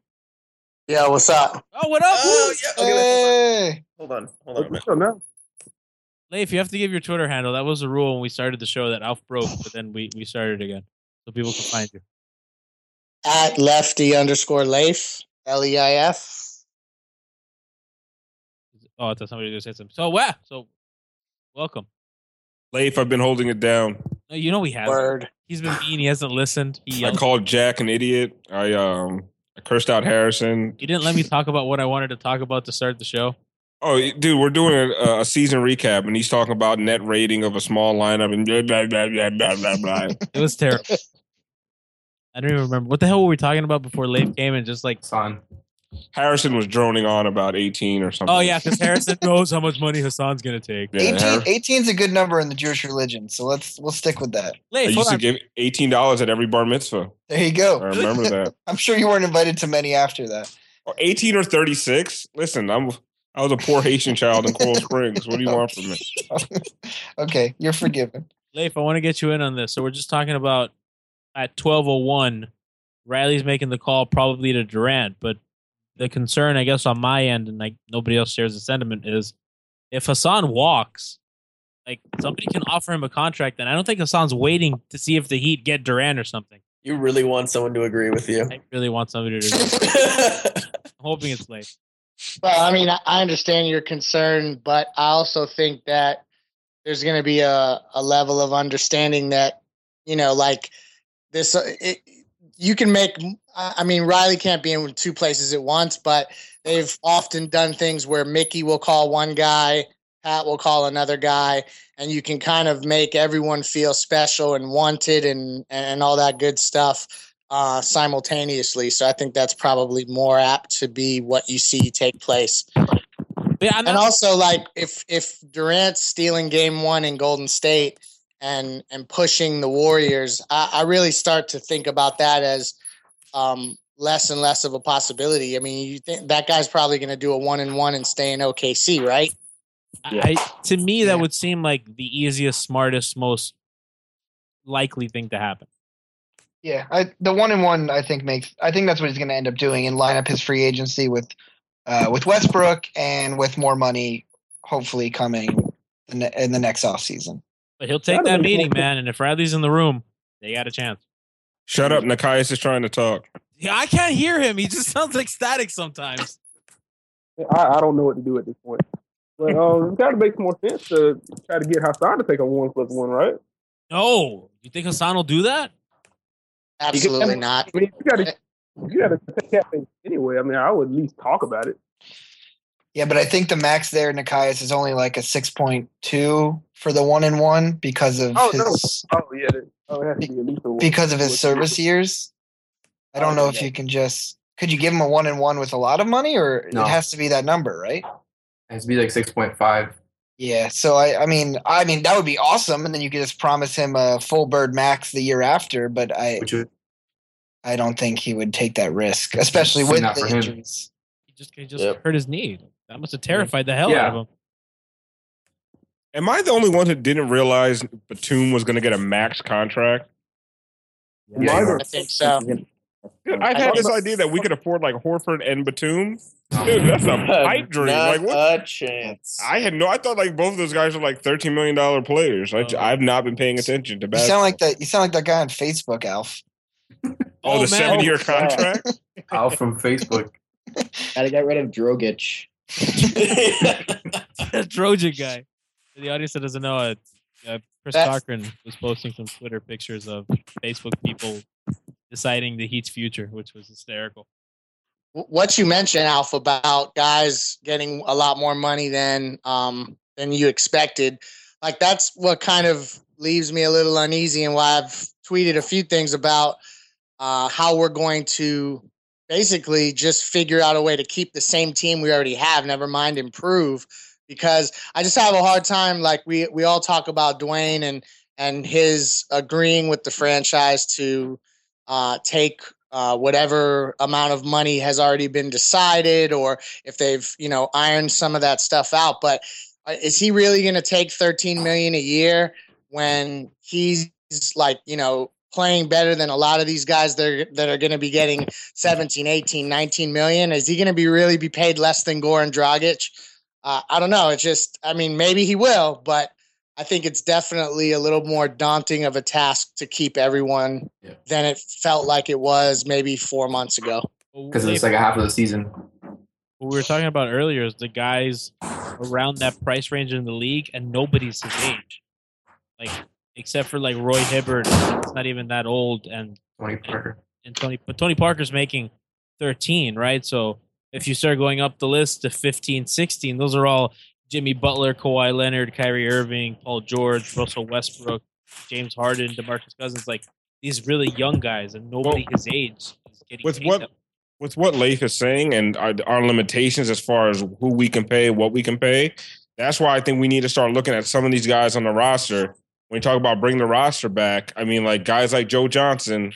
S11: Yeah, what's up?
S2: Oh, what up?
S4: Oh, yeah. Okay, wait,
S10: Hey.
S4: hold on. Hold on. Hold on. a minute.
S2: Leif, you have to give your Twitter handle. That was a rule when we started the show that Alf broke, but then we, we started again. So people can find you.
S11: At lefty underscore Leif, L E I F.
S2: Oh, I thought somebody was going to say something. So, wow. So, welcome.
S3: Leif, I've been holding it down.
S2: No, you know he has.
S3: Word.
S2: He's been mean. He hasn't listened. He um,
S3: I
S2: yelled.
S3: called Jack an idiot. I um I cursed out Harrison.
S2: You didn't let me talk about what I wanted to talk about to start the show.
S3: Oh, dude, we're doing a, a season recap, and he's talking about net rating of a small lineup and blah blah blah blah blah blah. blah.
S2: It was terrible. I don't even remember. What the hell were we talking about before Leif came and just like.
S3: Son. Harrison was droning on about eighteen or something.
S2: Oh, yeah, because Harrison knows how much money Hassan's going to take.
S3: Yeah,
S10: 18
S3: Har-
S10: 18 is a good number in the Jewish religion, so let's we'll stick with that.
S3: I used to give eighteen dollars at every bar mitzvah.
S10: There you go.
S3: I remember that.
S10: I'm sure you weren't invited to many after that.
S3: Or Eighteen or thirty six. Listen, I'm I was a poor Haitian child in Coral Springs. What do you want from me?
S10: Okay, you're forgiven.
S2: Leif, I want to get you in on this. So we're just talking about at twelve oh one, Riley's making the call probably to Durant, but the concern, I guess, on my end, and like nobody else shares the sentiment, is if Hassan walks, like somebody can offer him a contract, and I don't think Hassan's waiting to see if the Heat get Durant or something.
S4: You really want someone to agree with you.
S2: I really want somebody to. I'm hoping it's Leif.
S11: Well, I mean, I I understand your concern, but I also think that there's going to be a, a level of understanding that, you know, like this, uh, it, you can make, I I mean, Riley can't be in two places at once, but they've often done things where Mickey will call one guy, Pat will call another guy, and you can kind of make everyone feel special and wanted and, and all that good stuff uh, simultaneously. So I think that's probably more apt to be what you see take place.
S2: and
S11: also like if if Durant's stealing Game One in Golden State and and pushing the Warriors, I, I really start to think about that as um, less and less of a possibility. I mean, you think that guy's probably going to do a one and one and stay in OKC, right?
S2: I, to me, that would seem like the easiest, smartest, most likely thing to happen.
S10: Yeah, I, the one and one I think makes I think that's what he's going to end up doing and line up his free agency with uh, with Westbrook and with more money hopefully coming in the, in the next offseason.
S2: But he'll take that meeting, man. And if Riley's in the room, they got a chance.
S3: Shut up, Nikias is trying to talk.
S2: Yeah, I can't hear him. He just sounds ecstatic sometimes.
S7: I, I don't know what to do at this point. But um, it's got to make more sense to try to get Hassan to take a one plus one, right?
S2: No, you think Hassan will do that?
S11: Absolutely not.
S7: I mean, you got to you got to take that thing anyway. I mean, I would at least talk about it.
S10: Yeah, but I think the max there Nikias is only like a 6.2 for the one and one because of
S7: Oh
S10: his
S7: no! Oh yeah. that- Oh, it has to be at least a one.
S10: because of his service years. I don't know if
S7: yeah.
S10: you can just could you give him a one and one with a lot of money or
S9: No.
S10: it has to be that number, right?
S9: It has to be like six point five.
S10: Yeah, so I, I mean, I mean that would be awesome, and then you could just promise him a full bird max the year after. But I, I don't think he would take that risk, especially with
S2: Not for
S10: the
S2: him.
S10: injuries.
S2: He just he just hurt his knee. That must have terrified the hell
S3: Yeah.
S2: out of him.
S3: Am I the only one who didn't realize Batum was going to get a max contract?
S7: Yeah, you are.
S11: I think so.
S3: Dude, I've had this idea that we could afford like Horford and Batum. Dude, that's a pipe dream.
S4: Not
S3: like what?
S4: a chance.
S3: I had no. I thought like both of those guys were like thirteen million dollar players.
S7: Um,
S3: I, have not been paying attention to
S10: You sound
S3: basketball.
S10: like that. You sound like that guy on Facebook, Alf.
S3: oh, the
S10: man.
S3: seven year
S10: Oh,
S3: contract.
S9: Out from Facebook.
S8: Gotta get rid of Drogic.
S2: That Trojan guy. For the audience that doesn't know it, uh, Chris
S8: That's-
S2: Cochran was posting some Twitter pictures of Facebook people deciding the Heat's future, which was hysterical.
S11: what you mentioned, Alf, about guys getting a lot more money than um, than you expected, like that's what kind of leaves me a little uneasy, and why I've tweeted a few things about uh, how we're going to basically just figure out a way to keep the same team we already have, never mind improve, because I just have a hard time. Like we we all talk about Dwayne and and his agreeing with the franchise to uh, take uh, whatever amount of money has already been decided, or if they've you know ironed some of that stuff out. But uh, is he really going to take thirteen million a year when he's like you know playing better than a lot of these guys that are, that are going to be getting 17 18 19 million is he going to be really be paid less than goran dragic uh, I don't know. It's just, I mean, maybe he will, but I think it's definitely a little more daunting of a task to keep everyone than it felt like it was maybe four months ago.
S9: because it's like a half of the season.
S2: What we were talking about earlier is the guys around that price range in the league, and nobody's his age, like except for like Roy Hibbert. It's not even that old, and
S9: Tony Parker.
S2: And Tony, but Tony Parker's making thirteen, right? So if you start going up the list to 15, 16, those are all Jimmy Butler, Kawhi Leonard, Kyrie Irving, Paul George, Russell Westbrook, James Harden, DeMarcus Cousins, like these really young guys, and nobody his age is getting
S3: with
S2: paid
S3: what
S2: that
S3: with what Leif is saying and our, our limitations as far as who we can pay, what we can pay. That's why I think we need to start looking at some of these guys on the roster. When you talk about bringing the roster back, I mean, like guys like Joe Johnson.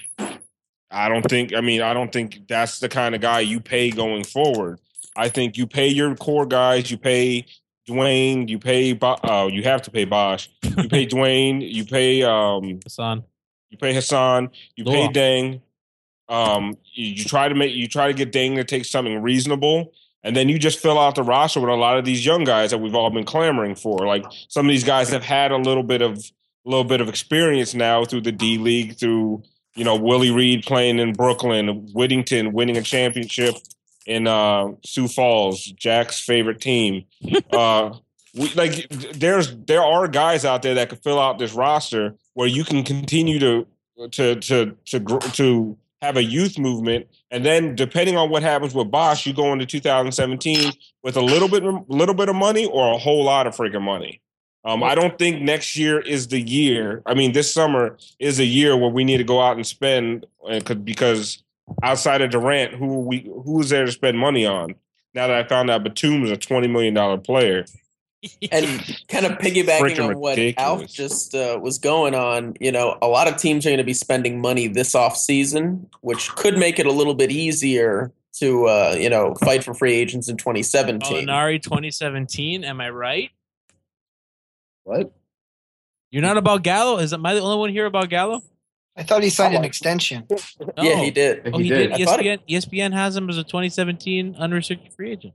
S3: I don't think. I mean, I don't think that's the kind of guy you pay going forward. I think you pay your core guys. You pay Dwayne. You pay. Bo- uh, you have to pay Bosch. You pay Dwayne. You pay um,
S2: Hassan.
S3: You pay Hassan. You pay
S2: Noah.
S3: Dang. Um, you, you try to make you try to get Dang to take something reasonable, and then you just fill out the roster with a lot of these young guys that we've all been clamoring for. Like some of these guys have had a little bit of a little bit of experience now through the D League, through you know Willie Reed playing in Brooklyn, Whittington winning a championship in uh, Sioux Falls, Jack's favorite team. uh, we, like there's there are guys out there that could fill out this roster where you can continue to to to to gr- to have a youth movement, and then depending on what happens with Bosch, you go into 2017 with a little bit little bit of money or a whole lot of freaking money. Um, I don't think next year is the year. I mean, this summer is a year where we need to go out and spend uh, 'cause- because outside of Durant, who we who is there to spend money on? Now that I found out Batum is a twenty million dollar player,
S4: and kind of piggybacking
S3: Freaking
S4: on what Alf
S3: ridiculous.
S4: just uh, was going on, you know, a lot of teams are going to be spending money this offseason, which could make it a little bit easier to, uh, you know, fight for free agents in
S2: Oh,
S4: 2017.
S2: Molinari 2017. Am I right?
S8: What?
S2: You're not about Gallo? Is am I the only one here about Gallo?
S10: I thought he signed an extension.
S4: Yeah, he did.
S2: Oh, he, did. ESPN, ESPN has him as a 2017 unrestricted free agent.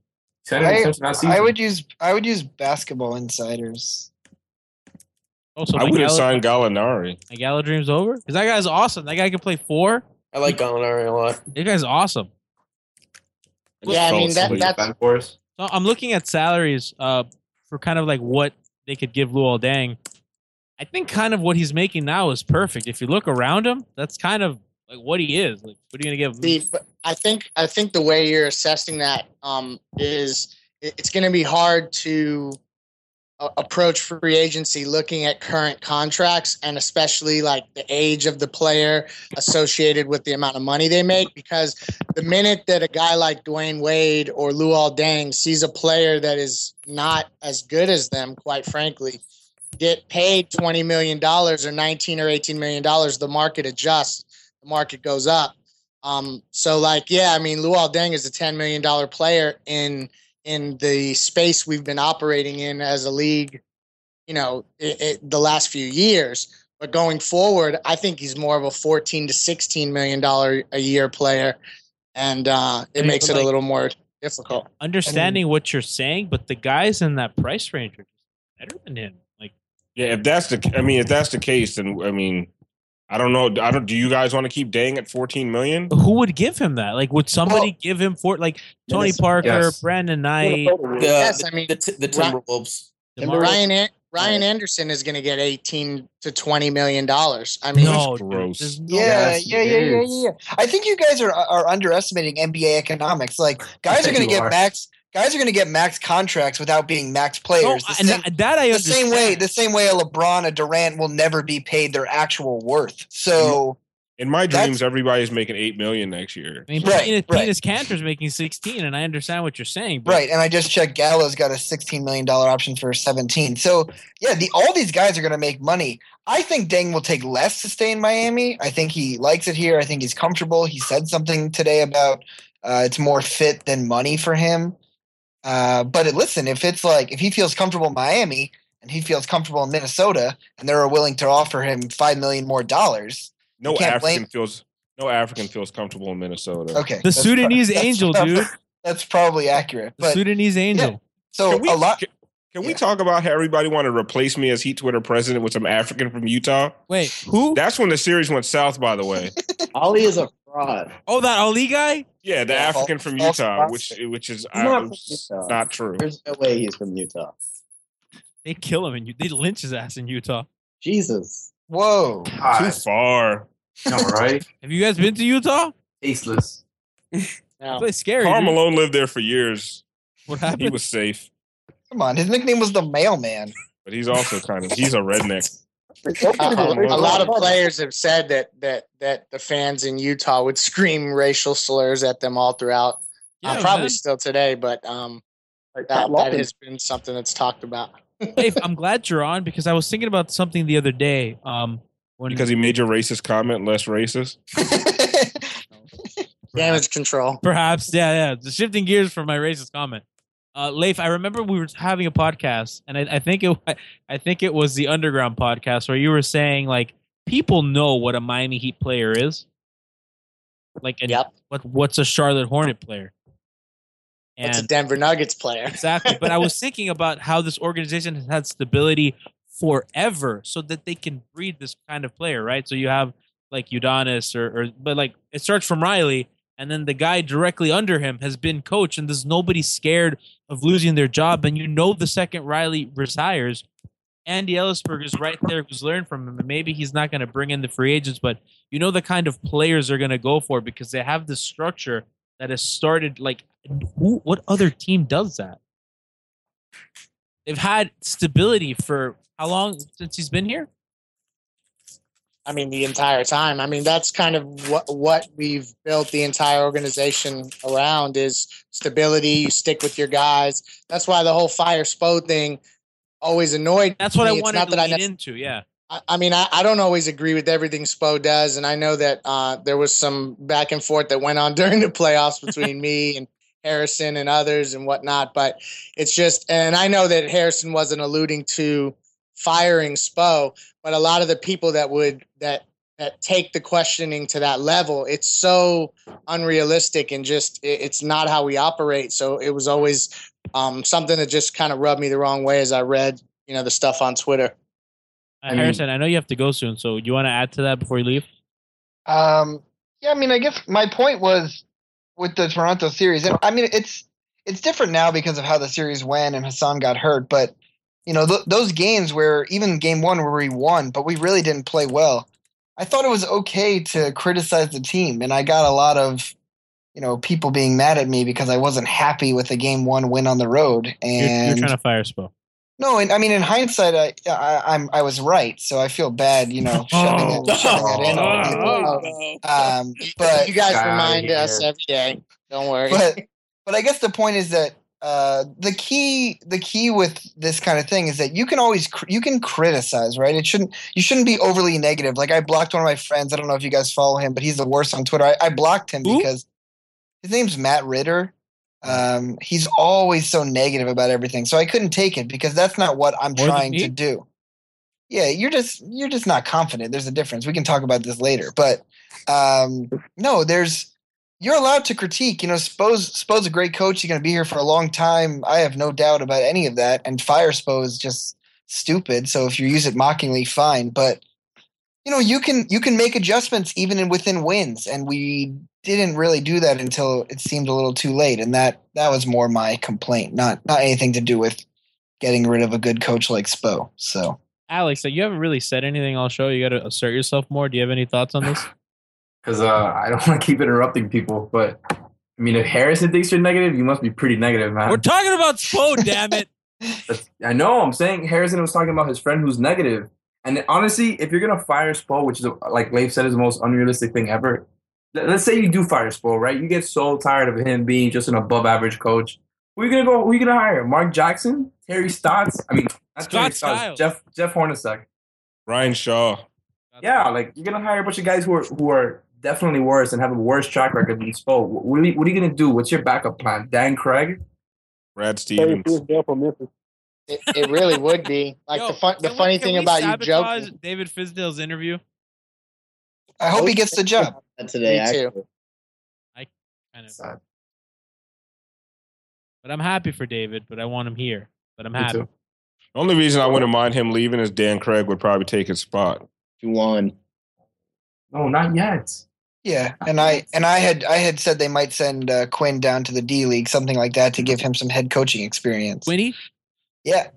S10: I, I would use I would use Basketball Insiders.
S2: Also,
S3: I
S2: Oh, my
S3: would have
S2: Gallo-
S3: signed Gallinari.
S2: My Gallo dream's over because that guy's awesome. That guy can play four.
S4: I like Gallinari a lot.
S2: That guy's awesome.
S11: Yeah, I mean, that, that's
S2: So I'm looking at salaries uh, for kind of like what they could give Luol Dang. I think kind of what he's making now is perfect. If you look around him, that's kind of like what he is. Like, what are you gonna give him?
S11: the I think I think the way you're assessing that um, is it- it's going to be hard to a- approach free agency looking at current contracts and especially like the age of the player associated with the amount of money they make because the minute that a guy like Dwayne Wade or Luol Deng sees a player that is not as good as them, quite frankly, get paid twenty million dollars or nineteen or eighteen million dollars, the market adjusts, the market goes up. Um, so like, yeah, I mean, Luol Deng is a ten million dollar player in in the space we've been operating in as a league, you know, it, it, the last few years. But going forward, I think he's more of a fourteen to sixteen million dollar a year player, and uh, it
S2: Okay,
S11: makes
S2: but
S11: it a
S2: like-
S11: little more difficult.
S2: Understanding what you're saying, but the guys in that price range are just better than him. Like,
S3: Yeah, if that's the, I mean, if that's the case, then I mean, I don't know. I don't. Do you guys want to keep Dang at fourteen million?
S2: who would give him that? Like, would somebody give him four? Like Tony
S3: Yes.
S2: Parker,
S3: Yes.
S2: Brandon Knight.
S3: Minnesota would.
S11: Yes, I mean,
S4: the, the Timberwolves.
S11: Ryan An- Ryan Anderson is going to get eighteen to twenty million dollars. I mean,
S2: No,
S3: gross.
S2: Oh,
S10: Yeah, yeah, yeah, yeah, yeah, yeah. I think you guys are are underestimating NBA economics. Like guys are
S2: think
S10: going to
S2: you
S10: get
S2: are.
S10: max guys are going to get max contracts without being max players.
S2: and that- that I
S10: the same way the same way a LeBron a Durant will never be paid their actual worth. So
S3: In my
S10: That's-
S3: dreams, everybody's making eight million next year.
S2: I mean,
S10: Right,
S2: Penis,
S10: right.
S2: Penis Cantor's making 16, and I understand what you're saying. But
S10: right, and I just checked Gallo's got a 16 million dollar option for 17. So yeah, the all these guys are going to make money. I think Deng will take less to stay in Miami. I think he likes it here. I think he's comfortable. He said something today about uh, it's more fit than money for him. Uh, but it, listen, if it's like if he feels comfortable in Miami and he feels comfortable in Minnesota, and they're willing to offer him five million more dollars,
S3: No
S10: you can't
S3: African
S10: blame-
S3: feels no African feels comfortable in Minnesota.
S10: Okay,
S2: The Sudanese angel,
S10: probably,
S2: dude.
S10: That's probably accurate.
S2: The
S10: But
S2: Sudanese angel.
S10: So
S3: can we,
S10: a lot.
S3: Can, can we talk about how everybody wanted to replace me as Heat Twitter president with some African from Utah?
S2: Wait, who?
S3: That's when the series went south. By the way,
S8: Ali is a fraud.
S2: Oh, that Ali guy?
S3: Yeah, the African from
S8: false
S3: Utah, which
S8: prospect.
S3: which is
S8: He's not
S3: uh,
S8: from
S3: it's
S8: Utah.
S3: not true.
S8: There's no way he's from Utah.
S2: They kill him and they lynch his ass in Utah.
S8: Jesus.
S10: Whoa.
S3: Too far.
S9: All right.
S2: Have you guys been to Utah?
S9: Tasteless.
S2: That place scary.
S3: Karl
S2: dude.
S3: Malone lived there for years.
S2: What
S3: He was safe,
S10: Come on, his nickname was the Mailman.
S3: but he's also kind of he's a redneck.
S11: Um,
S3: Malone.
S11: a lot of players have said that that that the fans in Utah would scream racial slurs at them all throughout. Uh,
S2: Yeah,
S11: probably
S2: man.
S11: still today, but um, that,
S2: Pat
S11: that
S2: Lawton.
S11: has been something that's talked about.
S2: Dave, I'm glad you're on because I was thinking about something the other day. Um, when
S3: Because he made your racist comment less racist.
S11: damage control,
S2: perhaps, yeah, yeah. Just shifting gears from my racist comment, uh, Leif, I remember we were having a podcast, and I, I think it, I think it was the Underground podcast where you were saying like people know what a Miami Heat player is, like, and what what's a Charlotte Hornet player.
S11: What's a
S2: And-
S11: Denver Nuggets player?
S2: Exactly. But I was thinking about how this organization has had stability forever so that they can breed this kind of player, right? So you have like Udonis or, or but like it starts from Riley and then the guy directly under him has been coach and there's nobody scared of losing their job. And you know the second Riley retires, Andy Ellisberg is right there who's learned from him. And maybe he's not going to bring in the free agents, but you know the kind of players they're going to go for because they have this structure that has started like who what other team does that? They've had stability for how long since he's been here?
S11: I mean, the entire time. I mean, that's kind of what what we've built the entire organization around is stability. You stick with your guys. That's why the whole fire Spo thing always annoyed.
S2: That's what
S11: me.
S2: I
S11: It's
S2: wanted
S11: not
S2: to
S11: that I
S2: lean
S11: nec-
S2: into, yeah.
S11: I, I mean, I, I don't always agree with everything Spo does, and I know that uh, there was some back and forth that went on during the playoffs between me and Harrison and others and whatnot. But it's just, and I know that Harrison wasn't alluding to firing Spo, but a lot of the people that would that that take the questioning to that level, it's so unrealistic and just it, it's not how we operate. So it was always um, something that just kind of rubbed me the wrong way as I read, you know, the stuff on Twitter.
S2: Uh, Harrison, I know you have to go soon, so you want to add to that before you leave?
S10: Um, yeah, I mean, I guess my point was with the Toronto series. and I mean, it's it's different now because of how the series went and Hassan got hurt. But you know, th- those games where even game one where we won, but we really didn't play well. I thought it was okay to criticize the team, and I got a lot of you know people being mad at me because I wasn't happy with the game one win on the road.
S2: You're,
S10: And
S2: you're trying to fire Spo.
S10: no, and I mean, in hindsight, I, I I'm I was right, so I feel bad, you know, shoving,
S2: Oh,
S10: it, shoving it in on people. Um, but
S11: Oh, you guys remind us
S10: Yeah.
S11: every day. Don't worry.
S10: But but I guess the point is that uh, the key the key with this kind of thing is that you can always cr- you can criticize, right? It shouldn't you shouldn't be overly negative. Like I blocked one of my friends. I don't know if you guys follow him, but he's the worst on Twitter. I, I blocked him because his name's Matt Ritter. Um, he's always so negative about everything, so I couldn't take it because that's not what I'm
S2: More than
S10: trying
S2: me?
S10: to do. Yeah, you're just you're just not confident. There's a difference. We can talk about this later, but um, no, there's you're allowed to critique. You know, Spo's Spo's a great coach. He's going to be here for a long time. I have no doubt about any of that. And fire Spo is just stupid. So if you use it mockingly, fine. But you know, you can you can make adjustments even in within wins, and we didn't really do that until it seemed a little too late. And that that was more my complaint, not not anything to do with getting rid of a good coach like Spo. So.
S2: Alex, like, you haven't really said anything all show. You got to assert yourself more. Do you have any thoughts on this?
S9: Because uh, I don't want to keep interrupting people, but I mean, if Harrison thinks you're negative, you must be pretty negative, man.
S2: We're talking about Spo, damn it.
S9: I know. I'm saying Harrison was talking about his friend who's negative. And honestly, if you're gonna fire Spo, which is like Leif said, is the most unrealistic thing ever. let- Let's say you do fire Spo, right? You get so tired of him being just an above-average coach. Who you gonna go? Who you gonna hire? Mark Jackson, Terry Stotts. I mean, not Terry Stotts, Jeff Jeff Hornacek,
S3: Ryan Shaw.
S9: Yeah, like you're gonna hire a bunch of guys who are who are definitely worse and have a worse track record than Spo. Wh- What are you, what are you gonna do? What's your backup plan? Dan Craig,
S3: Brad
S9: Stevens.
S11: It, it really would be like the fun, the funny
S2: Can
S11: thing
S2: we
S11: about you
S2: sabotage
S11: joking.
S2: David Fizdale's interview?
S10: I hope he gets the job.
S8: Today,
S11: Me too.
S8: actually.
S2: I kind of But I'm happy for David, but I want him here. But I'm
S3: Me
S2: happy.
S3: too. The only reason I wouldn't mind him leaving is Dan Craig would probably take his spot.
S8: Juwan.
S9: No, Oh, not yet.
S10: Yeah, and I and I had I had said they might send uh, Quinn down to the D League, something like that, to give him some head coaching experience.
S2: Quinny?
S10: Yeah.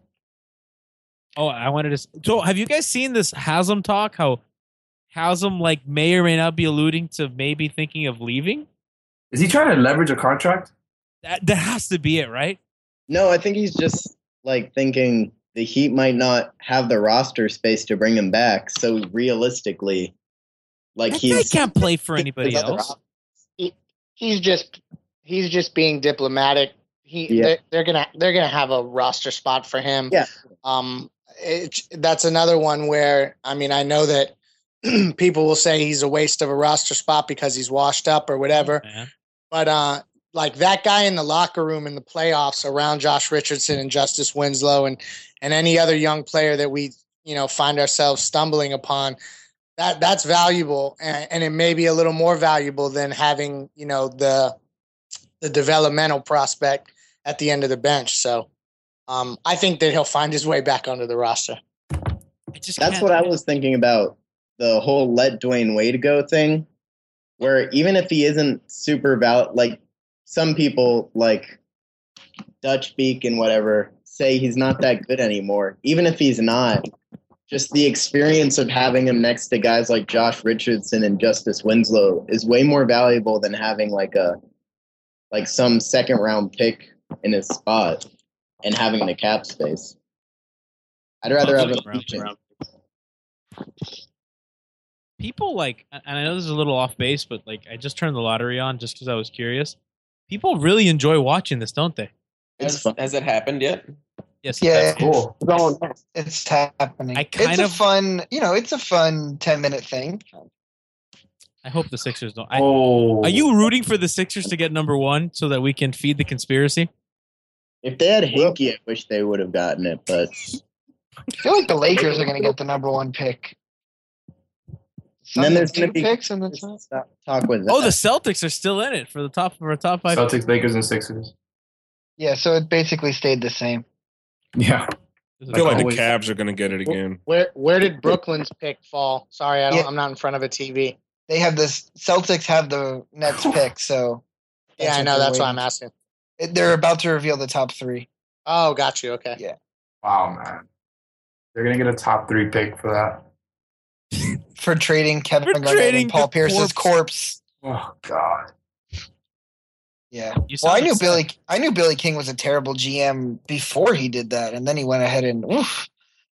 S2: Oh, I wanted to. s- So, have you guys seen this Haslam talk? How Haslam like may or may not be alluding to maybe thinking of leaving.
S9: Is he trying to leverage a contract?
S2: That that has to be it, right?
S8: No, I think he's just like thinking the Heat might not have the roster space to bring him back. So realistically, like
S2: That guy
S8: he's
S2: can't play for anybody
S8: His other
S2: else.
S8: op-
S11: He's just he's just being diplomatic. He
S8: Yeah.
S11: they're, they're gonna they're gonna have a roster spot for him.
S8: Yeah.
S11: Um, it, that's another one where I mean I know that people will say he's a waste of a roster spot because he's washed up or whatever. But uh, like that guy in the locker room in the playoffs around Josh Richardson and Justice Winslow and and any other young player that we you know find ourselves stumbling upon, that that's valuable and, and it may be a little more valuable than having you know the the developmental prospect at the end of the bench. So um, I think that he'll find his way back onto the roster.
S8: That's what I was thinking about the whole let Dwayne Wade go thing, where even if he isn't super valid, like some people like Dutch Beak and whatever say he's not that good anymore. Even if he's not, just the experience of having him next to guys like Josh Richardson and Justice Winslow is way more valuable than having like a like some second round pick in his spot and having the cap space. I'd rather have a
S2: People like, and I know this is a little off base, but like I just turned the lottery on just because I was curious. People really enjoy watching this, don't they?
S4: Has, has that happened yet?
S2: Yes.
S10: Yeah,
S9: cool.
S10: It's, it's happening.
S2: I kind
S10: it's a
S2: of-
S10: fun, you know, it's a fun ten minute thing.
S2: I hope the Sixers don't. I,
S9: oh.
S2: Are you rooting for the Sixers to get number one so that we can feed the conspiracy?
S8: If they had Hinkie, I wish they would have gotten it, but
S10: I feel like the Lakers are going to get the number one pick.
S8: And then there's
S10: two
S8: gonna be-
S10: picks and the
S8: talk with
S2: Oh, the Celtics are still in it for the top for a top five.
S9: Celtics, Lakers, and Sixers.
S10: yeah. So it basically stayed the same.
S9: Yeah.
S3: I feel like the
S9: Always.
S3: Cavs are going to get it again.
S11: Where where did Brooklyn's pick fall? Sorry, I don't,
S10: Yeah.
S11: I'm not in front of a TV.
S10: They have this. Celtics have the Nets pick, so
S11: Yeah, I know. That's why I'm asking.
S10: asking. They're about to reveal the top three.
S11: Oh, got you. Okay.
S10: Yeah.
S9: Wow, man. They're gonna get a top three pick for that.
S10: for trading Kevin
S2: For
S10: Garnett and
S2: trading
S10: Paul
S2: the
S10: Pierce's corpse.
S9: Oh God.
S10: Yeah.
S2: You
S10: Well, I
S2: sound
S10: knew
S2: upset.
S10: Billy. I knew Billy King was a terrible GM before he did that, and then he went ahead and oof,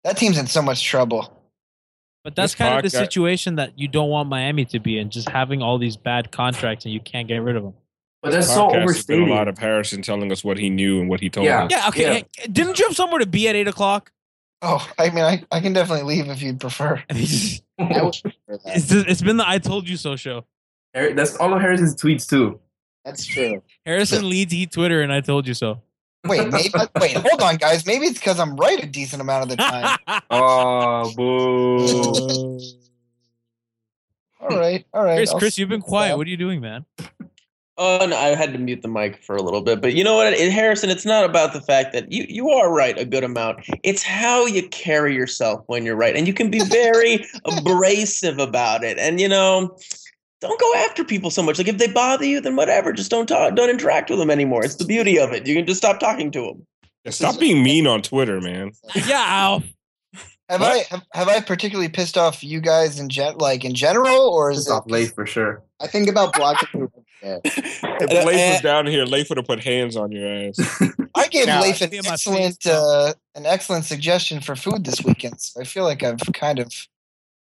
S10: that team's in so much trouble.
S2: But that's
S3: This
S2: kind of the
S3: podcast-
S2: situation that you don't want Miami to be in, just having all these bad contracts and you can't get rid of them.
S9: But that's
S3: This podcast
S9: so
S3: has been
S9: overstated.
S3: A lot of Harrison telling us what he knew and what he told
S9: Yeah.
S3: us.
S2: Yeah, okay.
S9: Yeah.
S2: hey, Didn't you have somewhere to be at eight o'clock?
S10: Oh, I mean, I, I can definitely leave if you'd prefer.
S2: it's,
S8: I would prefer that.
S2: just- it's been the I told you so show.
S9: Har- That's all of Harrison's tweets too.
S8: That's true.
S2: Harrison leads he Twitter and I told you so.
S10: Wait, maybe, wait, hold on, guys. Maybe it's because I'm right a decent amount of the time.
S9: Oh, boo.
S10: All right, all right.
S2: Chris,
S10: I'll-
S2: Chris, you've been quiet. What are you doing, man?
S4: Oh, no, I had to mute the mic for a little bit, but you know what, it- Harrison? It's not about the fact that you you are right a good amount. It's how you carry yourself when you're right, and you can be very abrasive about it. And you know, don't go after people so much. Like if they bother you, then whatever. Just don't talk. Don't interact with them anymore. It's the beauty of it. You can just stop talking to them.
S3: Yeah, Stop being mean on Twitter, man.
S2: Yeah, Al.
S10: have I have, have I particularly pissed off you guys in gen like in general, or is
S9: It's
S10: it?
S9: off late for sure.
S8: I think about blocking. yeah.
S2: uh,
S3: If Leif was down here, Leif would have put hands on your ass.
S10: I gave
S11: No,
S10: Leif an
S2: me and my face,
S10: excellent uh, an excellent suggestion for food this weekend. So I feel like I've kind of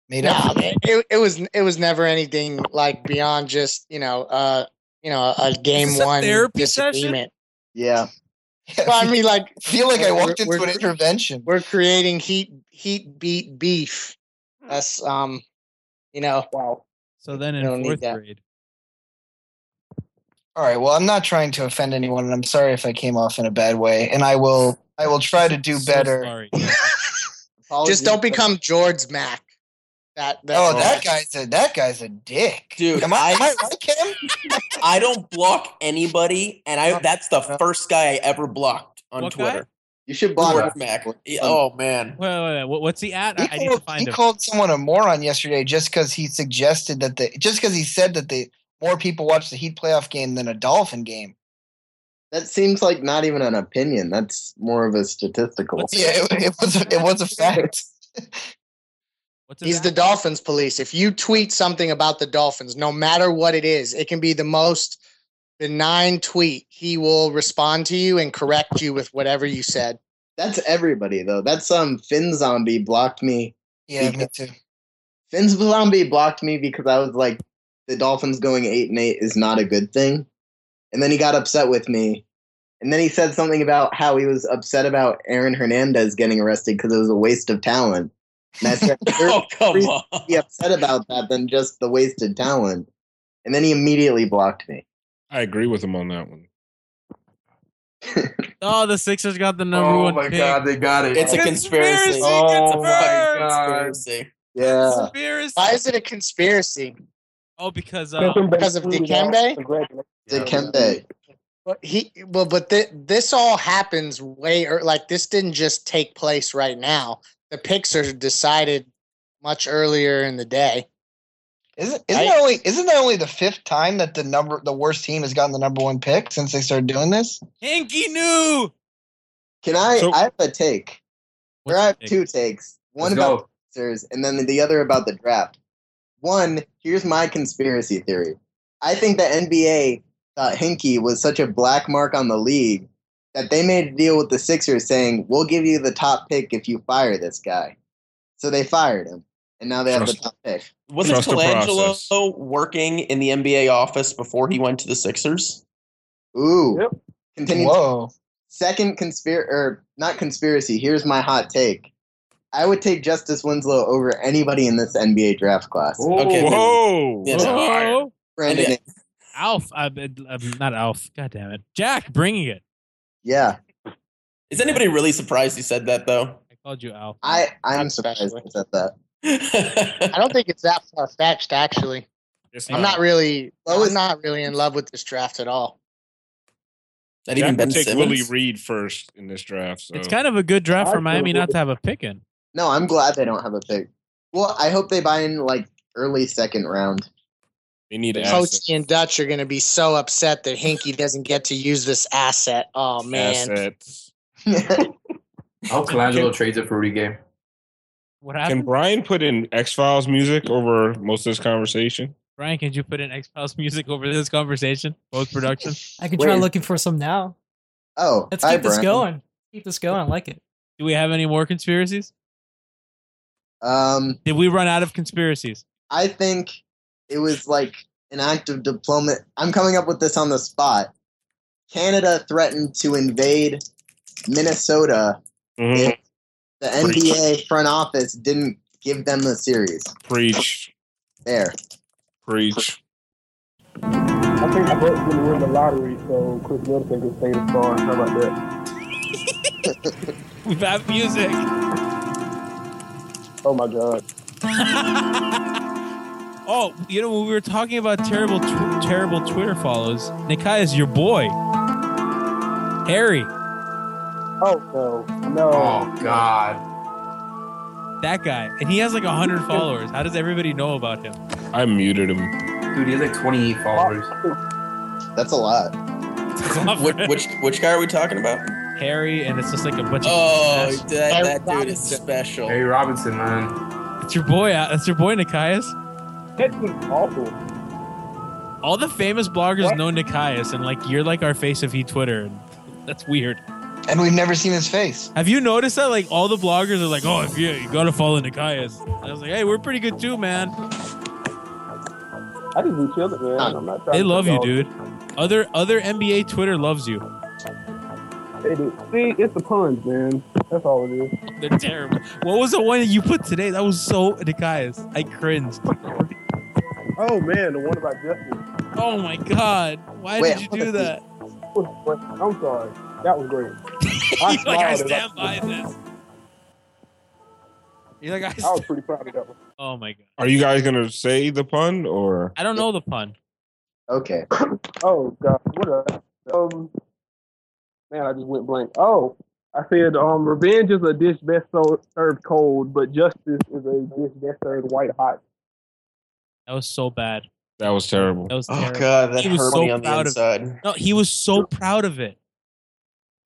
S10: made
S11: No,
S10: up.
S11: I
S10: for
S11: mean, it, it was it was never anything like beyond just you know uh you know a game
S2: Is this a
S11: one
S2: therapy session?
S11: disagreement.
S8: yeah.
S10: it.
S11: Well, I mean, like
S10: I feel like I
S11: we're-
S10: walked into
S11: we're-
S10: an intervention.
S11: We're creating heat heat beat beef. That's um, you know,
S10: Wow.
S2: Hmm. So then
S11: don't
S2: in
S11: need
S2: fourth
S11: that.
S2: grade.
S10: All right. Well, I'm not trying to offend anyone, and I'm sorry if I came off in a bad way. And I will I will try to do
S2: So
S10: better.
S2: sorry.
S11: just don't become George Mack. That, that
S10: Oh, that guy's a that guy's a dick,
S4: dude.
S10: Am I,
S4: I-
S10: am I right, Cam?
S4: I don't block anybody, and I that's the first guy I ever blocked on
S2: What guy?
S4: Twitter.
S8: You should
S2: block
S4: Lord
S2: him.
S4: Mac. Oh man,
S2: Wait, wait, wait, what- what's he at? I, I need to find
S10: he
S2: him.
S10: called someone a moron yesterday just because he suggested that the just because he said that the more people watch the Heat playoff game than a Dolphin game.
S8: That seems like not even an opinion. That's more of a statistical.
S10: Yeah, it, it was a- it was a fact.
S11: He's the Dolphins police. If you tweet something about the Dolphins, no matter what it is, it can be the most benign tweet. He will respond to you and correct you with whatever you said.
S8: That's everybody though. That's um Finn Zombie blocked me.
S10: Yeah, me too.
S8: Finn Zombie blocked me because I was like, the Dolphins going eight and eight is not a good thing. And then he got upset with me. And then he said something about how he was upset about Aaron Hernandez getting arrested because it was a waste of talent. And I said, oh,
S4: come
S8: on. Be upset about that than just the wasted talent. And then he immediately blocked me.
S3: I agree with him on that one.
S2: Oh, the Sixers got the number
S3: Oh
S2: one.
S3: my God, they got it.
S4: It's a conspiracy.
S2: conspiracy,
S4: Oh
S2: conspiracy.
S4: conspiracy.
S8: Yeah.
S2: Conspiracy.
S11: Why is it a conspiracy?
S2: Oh, because uh,
S11: Because of Dikembe?
S8: Dikembe.
S11: But he well, but th- this all happens way or like this didn't just take place right now. The picks are decided much earlier in the day.
S10: Isn't isn't that only isn't that only the fifth time that the number the worst team has gotten the number one pick since they started doing this?
S2: Hanky knew.
S8: Can I?
S10: So-
S8: I have a take. Or I have two takes. One
S10: Let's go.
S8: about the Sixers, and then the other about the draft. One, here's my conspiracy theory. I think the NBA thought Hinkie was such a black mark on the league that they made a deal with the Sixers saying, "We'll give you the top pick if you fire this guy." So they fired him, and now they have the
S4: Trust-
S8: top pick.
S4: Wasn't Colangelo working in the NBA office before he went to the Sixers?
S8: Ooh. Yep. Continue.
S10: Whoa.
S8: Second conspiracy, or not conspiracy. Here's my hot take. I would take Justice Winslow over anybody in this NBA draft class.
S3: Okay, then- Whoa.
S8: Yeah, no.
S2: Whoa.
S8: Brandon.
S2: And- Alf, I'm, I'm not Alf. God damn it, Jack, bringing it.
S8: Yeah.
S4: Is anybody really surprised he said that though?
S2: I called you Alf.
S8: I I'm surprised I said that.
S11: I don't think it's that far fetched actually. I'm not really I was not really in love with this draft at all.
S4: Not
S3: Jack
S4: even
S3: would
S4: Ben
S3: take
S4: Simmons?
S3: Willie Reed first in this draft. So.
S2: It's kind of a good draft for Miami not to have a pick in.
S8: No, I'm glad they don't have a pick. Well, I hope they buy in like early second round.
S3: They need
S11: Coach and Dutch are going to be so upset that Hinky doesn't get to use this asset. Oh man,
S9: I hope Colangelo trades it for Rudy Gay.
S2: What
S3: Can
S2: happened?
S3: Brian put in X Files music over most of this conversation?
S2: Brian, can you put in X Files music over this conversation? Both production.
S6: I can try looking for some now.
S8: Oh,
S6: Let's keep this going. Keep this going. I like it.
S2: Do we have any more conspiracies?
S8: Um,
S2: Did we run out of conspiracies?
S8: I think it was like an act of diplomat. I'm coming up with this on the spot. Canada threatened to invade Minnesota
S3: Mm-hmm.
S8: if the NBA front office didn't give them the series.
S3: Preach.
S8: There.
S3: Preach.
S7: I think the Bucks going to win the lottery, so Chris Middleton can stay the star. How about that?
S2: We've had music.
S7: Oh my God.
S2: Oh, you know when we were talking about terrible, tw- terrible Twitter follows, Nikai is your boy, Harry.
S7: Oh no, no.
S9: Oh God.
S2: That guy, and he has like hundred followers. How does everybody know about him?
S3: I muted him.
S9: Dude, he has like 28 followers.
S8: That's a lot.
S4: which, which which guy are we talking about?
S2: Harry, and it's just like a bunch
S4: Oh,
S2: of.
S4: that, that dude is special.
S9: Harry Robinson, man.
S2: It's your boy. uh, It's your boy, Nikias.
S7: That dude's awful.
S2: All the famous bloggers know Nikias, and like you're like our face of he Twitter. And that's weird.
S10: And we've never seen his face.
S2: Have you noticed that? Like all the bloggers are like, "Oh, if you, you gotta follow Nikias." I was like, "Hey, we're pretty good too, man."
S7: I just be chilling, man. I'm not trying
S2: They
S7: to
S2: love you,
S7: dog-
S2: dude. Other other NBA Twitter loves you.
S7: They do. See, it's the puns, man. That's all it is.
S2: They're terrible. What was the one that you put today? That was so Nikias. I cringed.
S7: Oh man, the one about Justin.
S2: Oh my God! Why
S7: Wait,
S2: did you
S7: I'm
S2: do
S7: gonna
S2: that?
S7: I'm sorry. That was great.
S2: He's like, I
S7: smiled as
S2: stand by this. You're like,
S7: I was pretty proud of that one.
S2: Oh my god.
S3: Are you guys gonna say the pun or?
S2: I don't know the pun.
S8: Okay.
S7: Oh god, what a um man, I just went blank. Oh, I said um revenge is a dish best so- served cold, but justice is a dish best served white hot.
S2: That was so bad.
S3: That was terrible.
S2: That was
S4: Oh,
S2: terrible.
S4: God, that
S2: He was
S4: hurt
S2: so
S4: me on the
S2: proud of-
S4: inside.
S2: No, he was so proud of it.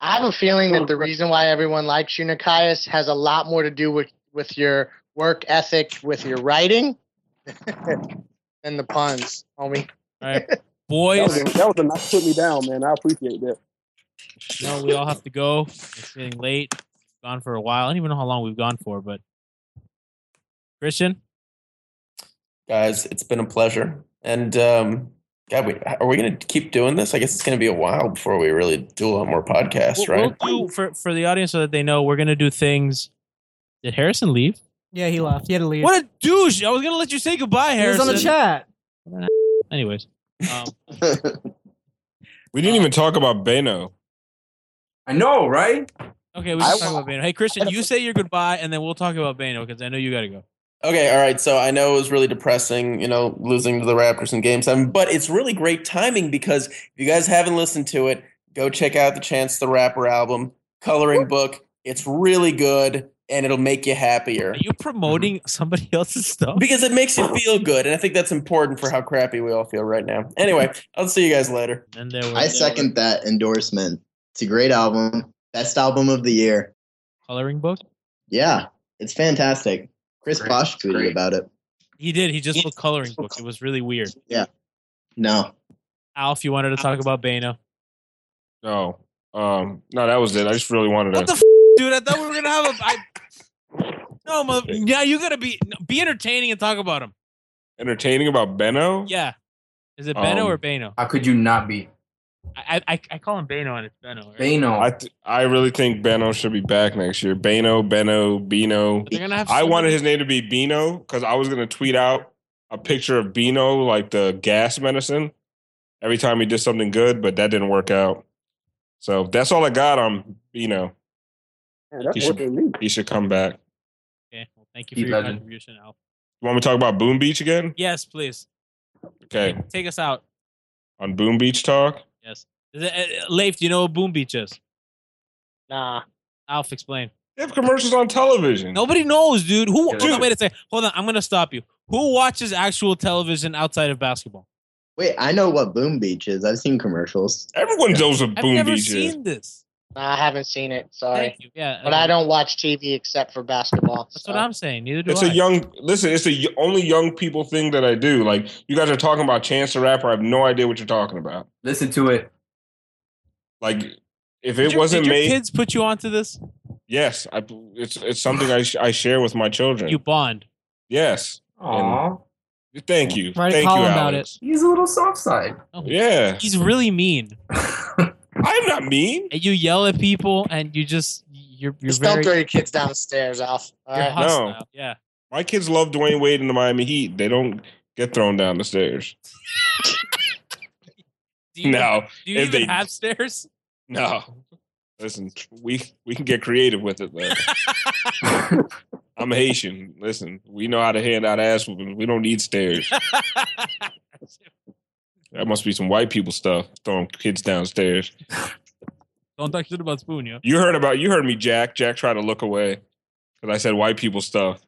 S11: I have a feeling that the reason why everyone likes you, Nikias, has a lot more to do with, with your work ethic, with your writing, than the puns, homie.
S2: All right,
S7: That
S2: boys.
S7: was, a, that was a nice put me down, man. I appreciate that.
S2: No, we all have to go. It's getting late. Gone for a while. I don't even know how long we've gone for, but Christian,
S4: Guys, it's been a pleasure. And um, God, we, are we going to keep doing this? I guess it's going to be a while before we really do a lot more podcasts,
S2: we'll,
S4: right?
S2: we'll do for for the audience so that they know we're gonna do things. Did Harrison leave?
S6: Yeah, he left. He had to leave.
S2: What a douche! I was gonna let you say goodbye,
S6: He was
S2: Harrison.
S6: on the chat.
S2: Anyways, um,
S3: We didn't even talk about Beno.
S9: I know, right?
S2: okay, we can talk about Bano. Hey, Christian, you say your goodbye, and then we'll talk about Bano because I know you gotta go.
S4: Okay, all right. So I know it was really depressing, you know, losing to the Raptors in game seven, but it's really great timing because if you guys haven't listened to it, go check out the Chance the Rapper album, Coloring Book. It's really good and it'll make you happier.
S2: Are you promoting somebody else's stuff?
S4: Mm-hmm. Because it makes you feel good. And I think that's important for how crappy we all feel right now. Anyway, I'll see you guys later.
S2: And there
S8: I second that endorsement. It's a great album. Best album of the year.
S2: coloring book.
S8: Yeah, it's fantastic. Chris
S2: Great,
S8: Bosch tweeted
S2: great.
S8: about it.
S2: He did. He just put coloring book. It was really weird.
S8: No.
S2: Alf, you wanted to talk about Bano.
S3: No. Um. No, that was it. I just really wanted
S2: What
S3: to.
S2: the f- dude? I thought we were gonna have a. I, no, mother, yeah, you gotta be no, be entertaining and talk about him.
S3: entertaining about Beno.
S2: Yeah, is it Beno
S3: Um,
S2: or Bano?
S9: How could you not be?
S2: I, I I call him Bano and it's Beno. Right?
S9: Bano.
S3: I th- I really think Beno should be back next year. Beno, Beno, Bino.
S2: They're gonna have.
S3: I
S2: so
S3: wanted
S2: many-
S3: his name to be Bino because I was gonna tweet out a picture of Bino like the gas medicine every time he did something good, but that didn't work out. So that's all I got on Bino.
S7: Man, that's
S3: You should-
S7: worse than me.
S3: He should come back.
S2: Okay, well, thank you
S9: Keep
S2: for your
S9: legend.
S2: contribution, Alf.
S3: You want me to talk about Boom Beach again?
S2: Yes, please
S3: Okay,
S2: take us out.
S3: on Boom Beach talk.
S2: Yes, is it, uh, uh, Leif, do you know what Boom Beach is?
S11: Nah.
S2: Alf, explain.
S3: They have commercials on television.
S2: Nobody knows, dude. Who?
S9: Yeah,
S2: hold on,
S9: dude.
S2: wait a second. Hold on, I'm gonna stop you. Who watches actual television outside of basketball?
S8: Wait, I know what Boom Beach is. I've seen commercials.
S3: Everyone knows what
S2: I've
S3: Boom
S2: never
S3: Beach is.
S2: seen this.
S11: Nah, I haven't seen it. Sorry.
S2: Thank you. Yeah, um,
S11: But I don't watch TV except for basketball.
S2: That's
S11: so.
S2: what I'm saying. Neither do
S3: Uh, It's
S2: I.
S3: a young listen. It's a y- only young people thing that I do. Like you guys are talking about Chance the Rapper. I have no idea what you're talking about.
S9: Listen to it.
S3: Like if
S2: Did
S3: it
S2: your-
S3: wasn't
S2: did
S3: made,
S2: Your kids put you onto this.
S3: yes, I, it's it's something I sh- I share with my children.
S2: You bond.
S3: yes,
S9: Aw.
S3: thank you,
S6: Write a
S3: thank you,
S6: column about
S3: Alex.
S9: He's a little soft side.
S2: Oh,
S3: Yeah,
S2: He's really mean.
S3: I'm not mean.
S2: And you yell at people, and you just you're you're
S11: Just
S2: very
S11: don't throw your kids downstairs, Alf. Uh, All
S2: you're
S11: right.
S2: hostile.
S3: No.
S2: Yeah.
S3: My kids love Dwayne Wade and the Miami Heat. They don't get thrown down the stairs.
S2: Do you,
S3: No,
S2: Do you
S3: if
S2: even
S3: they-
S2: have stairs?
S3: no. Listen, we we can get creative with it. Though. I'm Haitian. Listen, we know how to hand out ass whoopings. We don't need stairs. That must be some white people stuff throwing kids downstairs.
S2: don't talk shit about spoon, yo.
S3: You heard about you heard me, Jack. Jack tried to look away because I said white people stuff.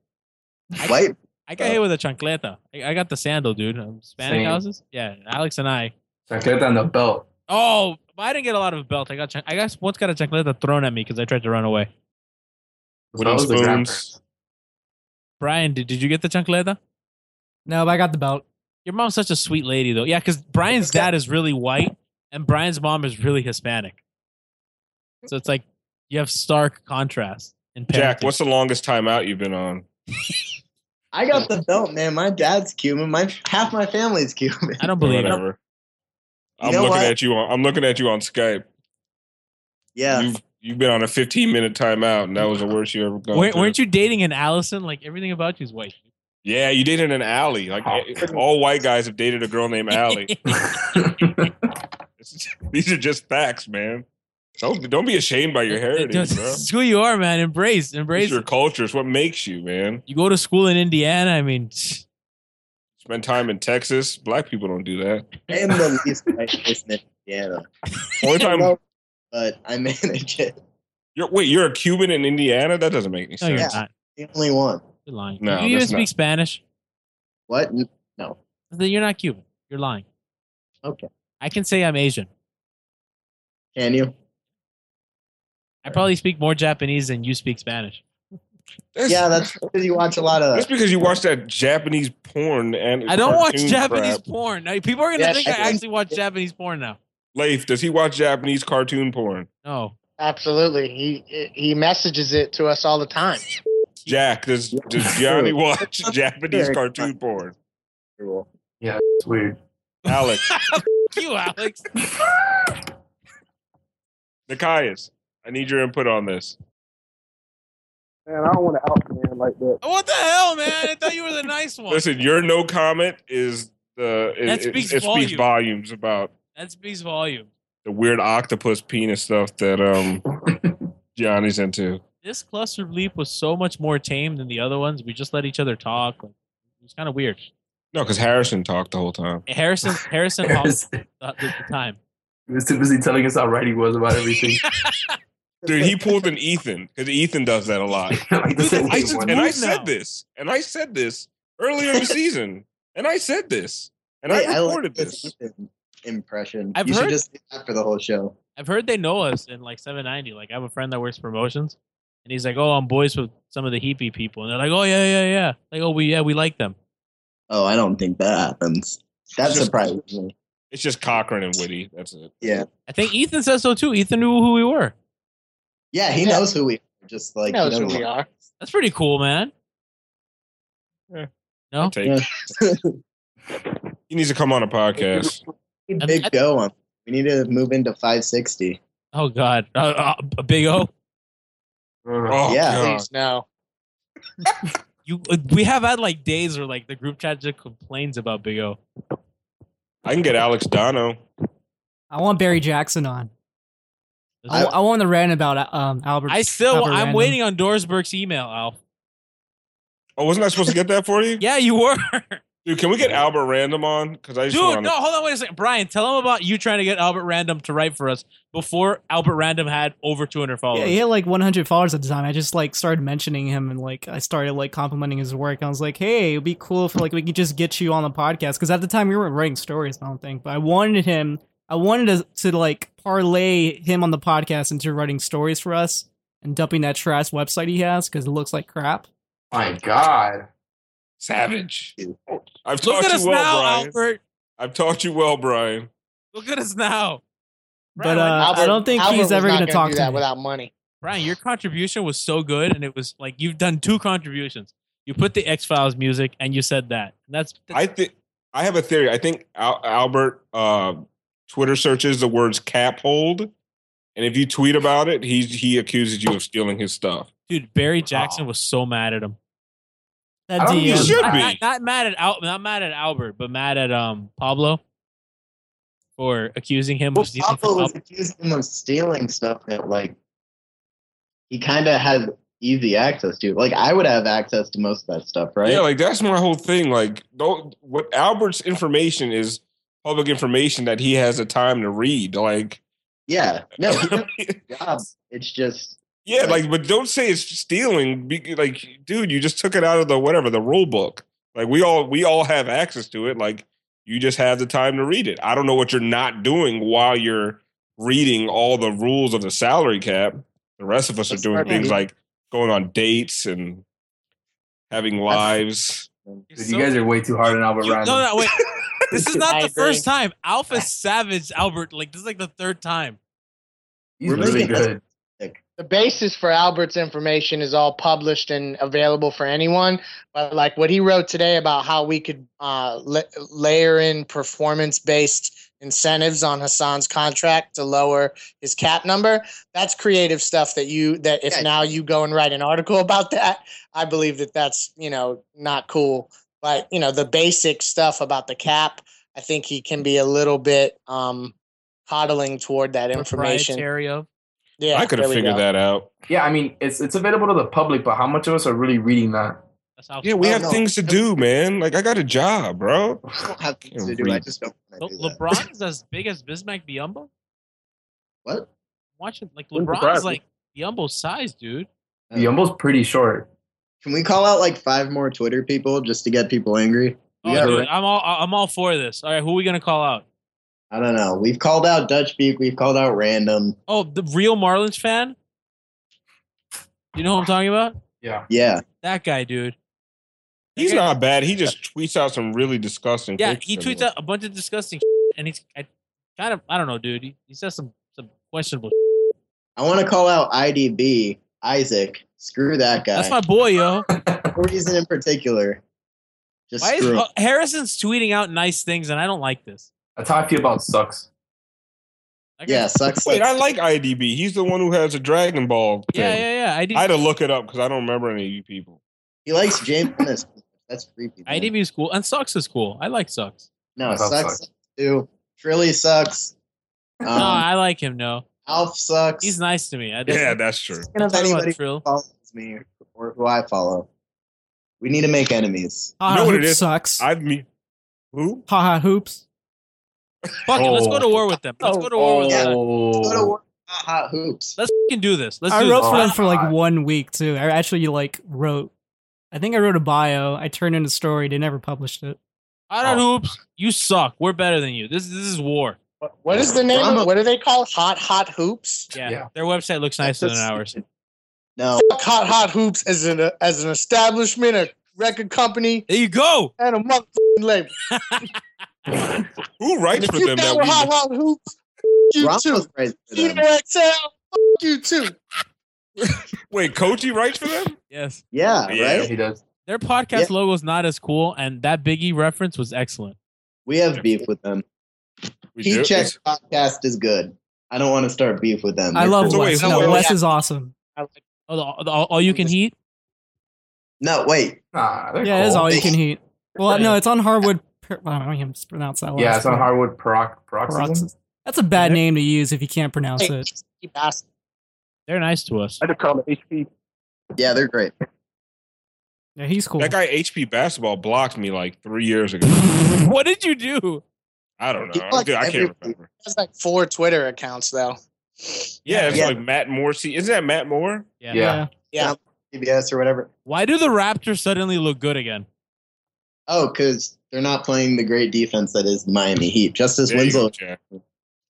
S8: White
S2: I got hit with a chancleta. I, I got the sandal, dude. Um, Spanish
S9: Same.
S2: houses. Yeah. Alex and I.
S9: Chancleta on the belt.
S2: Oh, but I didn't get a lot of belt. I got chan- I got once got a chancleta thrown at me because I tried to run away.
S3: Wooden
S9: Those are the
S3: spoons.
S2: Brian, did, did you get the chancleta?
S6: No, but I got the belt.
S2: Your mom's such a sweet lady, though. Yeah, because Brian's dad is really white, and Brian's mom is really Hispanic. So it's like you have stark contrast in parenting.
S3: Jack, what's the longest timeout you've been on?
S8: I got the belt, man. My dad's Cuban. My half my family's Cuban.
S2: I don't believe it.
S3: Whatever. I'm
S8: know
S3: looking
S8: what?
S3: at you on I'm looking at you on Skype.
S8: Yeah.
S3: You've you've been on a 15 minute timeout, and that was the worst you ever gone.
S2: Weren't,
S3: through.
S2: weren't you dating an Allison? Like everything about you is white.
S3: Yeah, you dated an alley. Like
S2: Oh,
S3: all white guys have dated a girl named Allie. These are just facts, man. Don't don't be ashamed by your heritage, bro.
S2: It's who you are, man. Embrace, embrace.
S3: It's your culture. It's what makes you, man.
S2: You go to school in Indiana. I mean,
S3: Spend time in Texas. Black people don't do that.
S8: I am the least white person in Indiana.
S3: Only time,
S8: but I manage it.
S3: you're wait, you're a Cuban in Indiana. That doesn't make any
S2: No, you're
S3: sense.
S2: not.
S8: The only one.
S2: You're lying.
S3: No,
S2: Do you even
S3: that's
S2: speak
S3: not-
S2: Spanish?
S8: What? N- No.
S2: Then You're not Cuban. You're lying.
S8: Okay.
S2: I can say I'm Asian.
S8: Can you?
S2: I probably speak more Japanese than you speak Spanish.
S8: yeah, that's because you watch a lot of.
S3: Just because you watch that Japanese porn and
S2: I don't watch
S3: cartoon
S2: Japanese
S3: crap.
S2: porn. Now, people are gonna
S8: Yeah,
S2: think
S8: I
S2: I actually watch Japanese porn now.
S3: Leif, does he watch Japanese cartoon porn?
S2: No,
S11: Absolutely. He he messages it to us all the time.
S3: Jack, does does Johnny watch Japanese cartoon porn?
S9: Yeah, it's weird.
S3: Alex,
S2: you, Alex.
S3: Nikias, I need your input on this.
S7: Man, I don't want to out man like that.
S2: Oh, What the hell, man? I thought you were the nice one.
S3: Listen, your no comment is the it,
S2: That
S3: it-
S2: speaks
S3: it speaks
S2: volume.
S3: volumes about
S2: That speaks volume.
S3: the weird octopus penis stuff that um Johnny's into.
S2: This cluster bleep was so much more tame than the other ones. We just let each other talk. Like, it was kind of weird.
S3: No, because Harrison talked the whole time.
S2: Harrison Harrison talked at the time.
S9: He was too busy telling us how right he was about everything.
S3: Dude, he pulled an Ethan because Ethan does that a lot.
S9: like the same
S3: I
S9: thing
S3: said-
S9: once.
S3: and I said this, and I said this earlier in the season, and I said this, and
S8: Hey,
S3: I
S8: I like
S3: recorded
S8: this
S3: this.
S8: Ethan impression.
S2: I've
S8: you
S2: heard-
S8: should just do that for the whole show.
S2: I've heard they know us in like 790. Like I have a friend that works promotions, and he's like, "Oh, I'm boys with some of the hippie people," and they're like, "Oh yeah, yeah, yeah." Like, "Oh, we yeah, we like them."
S8: Oh, I don't think that happens. That
S3: Just-
S8: surprises me.
S3: It's just Cochran and Witty. That's it.
S8: Yeah.
S2: I think Ethan says so too. Ethan knew who we were.
S8: Yeah, he knows who we are. Just like
S11: he knows who we are.
S2: That's pretty cool, man.
S3: Yeah.
S2: No,
S3: Take. it. He needs to come on a podcast.
S2: I-
S8: Big
S2: I-
S8: go on. We need to move into 560.
S2: oh god, uh, uh, a big O.
S3: Oh,
S8: Yeah.
S3: God.
S11: Please no.
S2: You, uh, we have had like days where like the group chat just complains about Big O.
S3: I can get Alex Dono.
S6: I want Barry Jackson on. I,
S2: I,
S6: I want the rant about um Albert.
S2: still,
S6: Albert
S2: I'm
S6: Random.
S2: waiting on Dorsberg's email, Al.
S3: Oh, wasn't I supposed to get that for you?
S2: Yeah, you were,
S3: Dude, can we get Albert Random on? Because I just
S2: dude.
S3: want
S2: No, hold on, wait a second, Brian. Tell him about you trying to get Albert Random to write for us before Albert Random had over 200
S6: Yeah,
S2: followers.
S6: he had like 100 followers at the time. I just like started mentioning him and like I started like complimenting his work. I was like, hey, it'd be cool if like we could just get you on the podcast because at the time we weren't writing stories. I don't think, but I wanted him. I wanted to, to like parlay him on the podcast into writing stories for us and dumping that trash website he has because it looks like crap.
S9: My God.
S3: Savage. I've
S2: Look
S3: taught
S2: at
S3: you
S2: us
S3: well,
S2: now,
S3: Brian.
S2: Albert.
S3: I've taught you well, Brian.
S2: Look at us now.
S6: But uh, I don't think
S11: Albert
S6: he's
S11: was
S6: ever
S11: not
S6: going to
S11: gonna
S6: talk
S11: do
S6: to
S11: that
S6: me.
S11: without money.
S2: Brian, your contribution was so good, and it was like you've done two contributions. You put the X Files music, and you said that. And that's,
S3: I think I have a theory. I think Al- Albert uh, Twitter searches the words "cap hold," and if you tweet about it, he he accuses you of stealing his stuff.
S2: dude. Barry Jackson was so mad at him.
S6: That
S9: I don't
S3: You
S9: Yeah.
S6: DM.
S3: should
S2: Not,
S3: be.
S2: not, not mad at Al- not mad at Albert, but mad at um Pablo for accusing him
S8: Well,
S2: of stealing.
S8: Pablo
S2: from
S8: was accused him of stealing stuff that, like, he kind of had easy access to. Like, I would have access to most of that stuff, right?
S3: Yeah, like that's my whole thing. Like, don't what Albert's information is public information that he has a time to read. Like,
S8: yeah. No, he does a job. It's just,
S3: yeah, like, but don't say it's stealing. Be- Like, dude, you just took it out of the whatever the rule book. Like, we all we all have access to it. Like, you just have the time to read it. I don't know what you're not doing while you're reading all the rules of the salary cap. The rest of us are
S8: That's
S3: doing
S8: right.
S3: things like going on dates and having lives.
S9: Dude, you guys are way too hard on Albert
S2: You- no,
S9: Random.
S2: no, wait. This is not
S11: I
S2: the first
S11: agree.
S2: time Alpha savaged Albert. Like this is like the third time.
S9: He's
S8: We're
S9: really
S8: making-
S9: good.
S11: The basis for Albert's information is all published and available for anyone. But like what he wrote today about how we could uh, la- layer in performance-based incentives on Hassan's contract to lower his cap number, that's creative stuff that you that if
S8: Yeah.
S11: now you go and write an article about that, I believe that that's, you know, not cool. But, you know, the basic stuff about the cap, I think he can be a little bit um coddling toward that information.
S2: Proprietary of
S11: Yeah,
S3: I could
S9: there
S3: have
S9: we
S3: figured
S9: go.
S3: that out.
S9: Yeah, I mean it's it's available to the public, but how much of us are really reading that?
S3: Yeah, we
S9: Oh,
S3: have
S9: no.
S3: things to do, man. Like I got a job, bro.
S8: I don't have things
S3: to
S8: do. I just don't.
S2: Le- LeBron is as big as Bismack Biombo.
S8: What?
S2: Watch it. Like
S8: Wouldn't
S2: LeBron
S8: surprise
S2: is
S8: me.
S2: like Biombo's size, dude.
S9: Yumbo's pretty short.
S8: Can we call out like five more Twitter people just to get people angry?
S2: Oh,
S8: We got-
S2: dude, I'm all I'm all for this. All right, who are we gonna call out?
S8: I don't know. We've called out Dutch Beak. We've called out Random.
S2: Oh, the real Marlins fan. You know who I'm talking about?
S9: Yeah.
S8: Yeah.
S2: That guy, dude.
S3: He's not bad. He just tweets out some really disgusting.
S2: Yeah,
S3: pictures
S2: he
S3: of
S2: tweets
S3: him.
S2: out a bunch of disgusting, shit, and he's I, kind of I don't know, dude. He, he says some some questionable. shit.
S8: I want to call out IDB Isaac. Screw that guy.
S2: That's my boy, yo.
S8: No reason in particular. Just
S2: Why is
S8: screw. him.
S2: uh, Harrison's tweeting out nice things, and I don't like this.
S9: That's how I feel about sucks.
S8: Yeah, sucks.
S3: Wait, I like IDB. He's the one who has a Dragon Ball. Thing.
S2: Yeah, yeah, yeah. IDB.
S3: I had to look it up because I don't remember any of you people.
S8: He likes James. Ennis. That's creepy. man.
S2: IDB is cool, and Sucks is cool. I like Sucks.
S8: No, sucks, too. Trilly sucks. Um,
S2: no, I like him. No,
S8: Alf sucks.
S2: He's nice to me. I don't-
S3: Yeah, that's true.
S2: Don't
S8: If
S2: talk about
S8: anybody
S2: Trill.
S8: follows me or who I follow, we need to make enemies.
S6: Haha
S3: know what it
S6: Hoops
S3: is?
S6: Oh, sucks.
S3: I've me. Who?
S6: Haha Hoops.
S2: Fuck it, let's
S3: Oh.
S2: go to war with them. Let's go to war with them.
S8: Oh. Go to war. Hot hoops.
S2: Let's fucking do this. Let's
S6: I
S2: do
S6: wrote
S2: this.
S6: for them for like one week too. I actually like wrote. I think I wrote a bio. I turned in a story. They never published it.
S2: I don't
S3: Oh.
S2: hoops. You suck. We're better than you. This this is war.
S11: What is the name? Of, what do they call it? hot hot hoops?
S2: Yeah. Their website looks nicer than ours.
S8: No,
S11: Fuck hot hot hoops as an uh, as an establishment, a record company,
S2: There you go.
S11: and a motherfucking label.
S3: Who writes
S11: If
S3: for
S11: you
S3: them?
S11: down
S3: That
S11: with hot hot
S3: we
S11: hoops, you
S8: Ramos
S11: too.
S8: writes for
S11: You
S8: them.
S11: know XL, fuck you too.
S3: wait, Koji writes for them?
S2: Yes.
S8: Yeah, right.
S9: He does.
S2: Their podcast logo is not as cool, and that Biggie reference was excellent.
S8: We have beef with them.
S3: We
S8: Heat
S3: do.
S8: check
S3: It's-
S8: podcast is good. I don't want to start beef with them.
S6: I
S8: They're
S6: love
S8: cool.
S6: Wes.
S3: who
S6: No,
S3: else?
S6: Wes is awesome.
S2: Oh, the, the, all, all you can heat.
S8: No, wait.
S9: Nah, Oh, they're
S6: Yeah, it
S9: cool.
S6: is all you can heat. Well, no, it's on hardwood. Per- I don't know how to pronounce that.
S9: Yeah,
S6: last
S9: it's on
S6: word.
S9: hardwood perox- paroxysm.
S6: Paroxysm. That's a bad name to use if you can't pronounce
S11: Hey,
S6: it.
S11: you bastard.
S2: They're nice to us.
S7: I just call it HP.
S8: Yeah, they're great.
S6: Yeah, he's cool.
S3: That guy HP basketball blocked me like three years ago.
S2: What did you do?
S3: I don't know.
S8: He blocked
S3: Dude, I can't
S8: everybody.
S3: remember.
S11: That's like four Twitter accounts though.
S3: Yeah, it's
S8: Yeah.
S3: like Matt Morsey. Isn't that Matt Moore?
S2: Yeah.
S9: Yeah.
S11: Yeah.
S8: CBS or whatever.
S2: Why do the Raptors suddenly look good again?
S8: Oh, because they're not playing the great defense that is Miami Heat. Justice
S3: There you go,
S8: Winslow.
S3: Jack.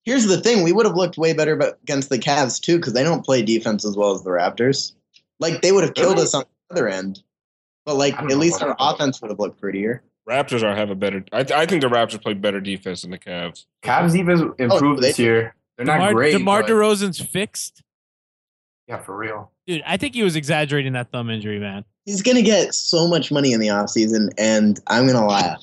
S8: Here's the thing: we would have looked way better but- against the Cavs too, because they don't play defense as well as the Raptors. Like they would have killed us on the other end, but like
S9: I don't
S8: at
S9: know
S8: least
S9: about
S8: our
S9: that.
S8: offense would have looked prettier.
S3: Raptors are have a better. I, I think the Raptors play better defense than the Cavs.
S9: Cavs even improved
S8: they-
S9: this year. They're not
S2: DeMar,
S9: great.
S2: DeMar
S9: but-
S2: DeRozan's fixed.
S9: yeah, for real.
S2: Dude, I think he was exaggerating that thumb injury, man.
S8: He's gonna get so much money in the offseason, and I'm gonna laugh.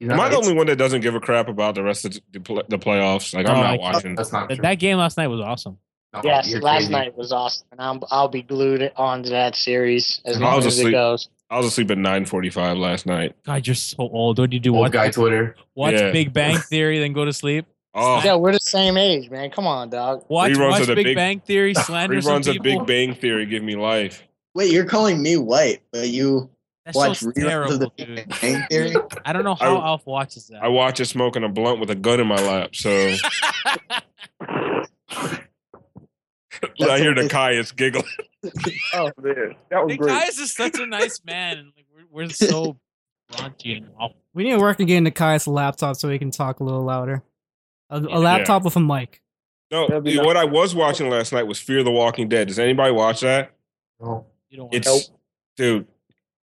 S9: He's
S3: Am I
S9: not
S3: the
S9: great.
S3: only one that doesn't give a crap about the rest of the, pl- the playoffs? Like I'm
S2: Oh, I
S3: not
S2: can't-
S3: watching.
S9: That's not
S2: But
S9: true.
S2: that game last night was awesome.
S9: No,
S11: Yes,
S9: you're
S11: last
S9: crazy.
S11: night was awesome, and I'm, I'll be glued on to that series as
S3: I
S11: long
S3: was
S11: as it
S3: asleep.
S11: goes.
S3: I was asleep at 9:45 last night.
S2: God, you're so old. What do you do?
S9: Old
S2: Watch,
S9: guy Twitter.
S2: watch
S3: Yeah.
S2: Big Bang Theory, then go to sleep.
S3: Oh,
S11: Yeah, we're the same age, man. Come on, dog.
S2: Watch,
S3: Reruns
S2: watch
S3: of the
S2: Big,
S3: Big-
S2: Bang Theory, slander some
S3: reruns
S2: people.
S3: of Big Bang Theory give me life.
S8: Wait, you're calling me white, but you
S2: That
S8: watch
S2: show's
S8: reruns of the
S2: terrible,
S8: Big
S2: dude.
S8: Bang Theory?
S2: I don't know how
S3: I-
S2: Alf watches that.
S3: I watch it smoking a blunt with a gun in my lap. So I hear the Caius giggling.
S7: Oh man, that was
S2: Big
S7: great.
S2: Tyus is such a nice man. and, Like, we're, we're so raunchy and awful.
S6: We need to work again to Kai's laptop so he can talk a little louder. A, a laptop with a mic.
S3: No,
S7: That'd be nice.
S3: what I was watching last night was Fear the Walking Dead. Does anybody watch that?
S9: No.
S2: You don't want
S3: It's
S2: to.
S3: dude.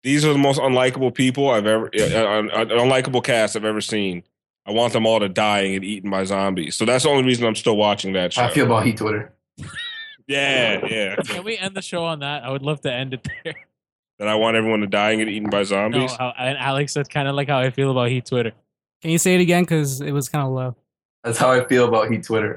S3: These are the most unlikable people I've ever, uh, un- un- unlikable cast I've ever seen. I want them all to die and get eaten by zombies. So that's the only reason I'm still watching that show.
S9: How I feel about Heat Twitter.
S3: yeah, yeah.
S2: Can we end the show on that? I would love to end it there.
S3: That I want everyone to die and get eaten by
S2: No,
S3: zombies.
S2: how- and Alex, that's kind of like how I feel about Heat Twitter.
S6: Can you say it again? Because it was kind of low.
S9: That's how I feel about Heat Twitter.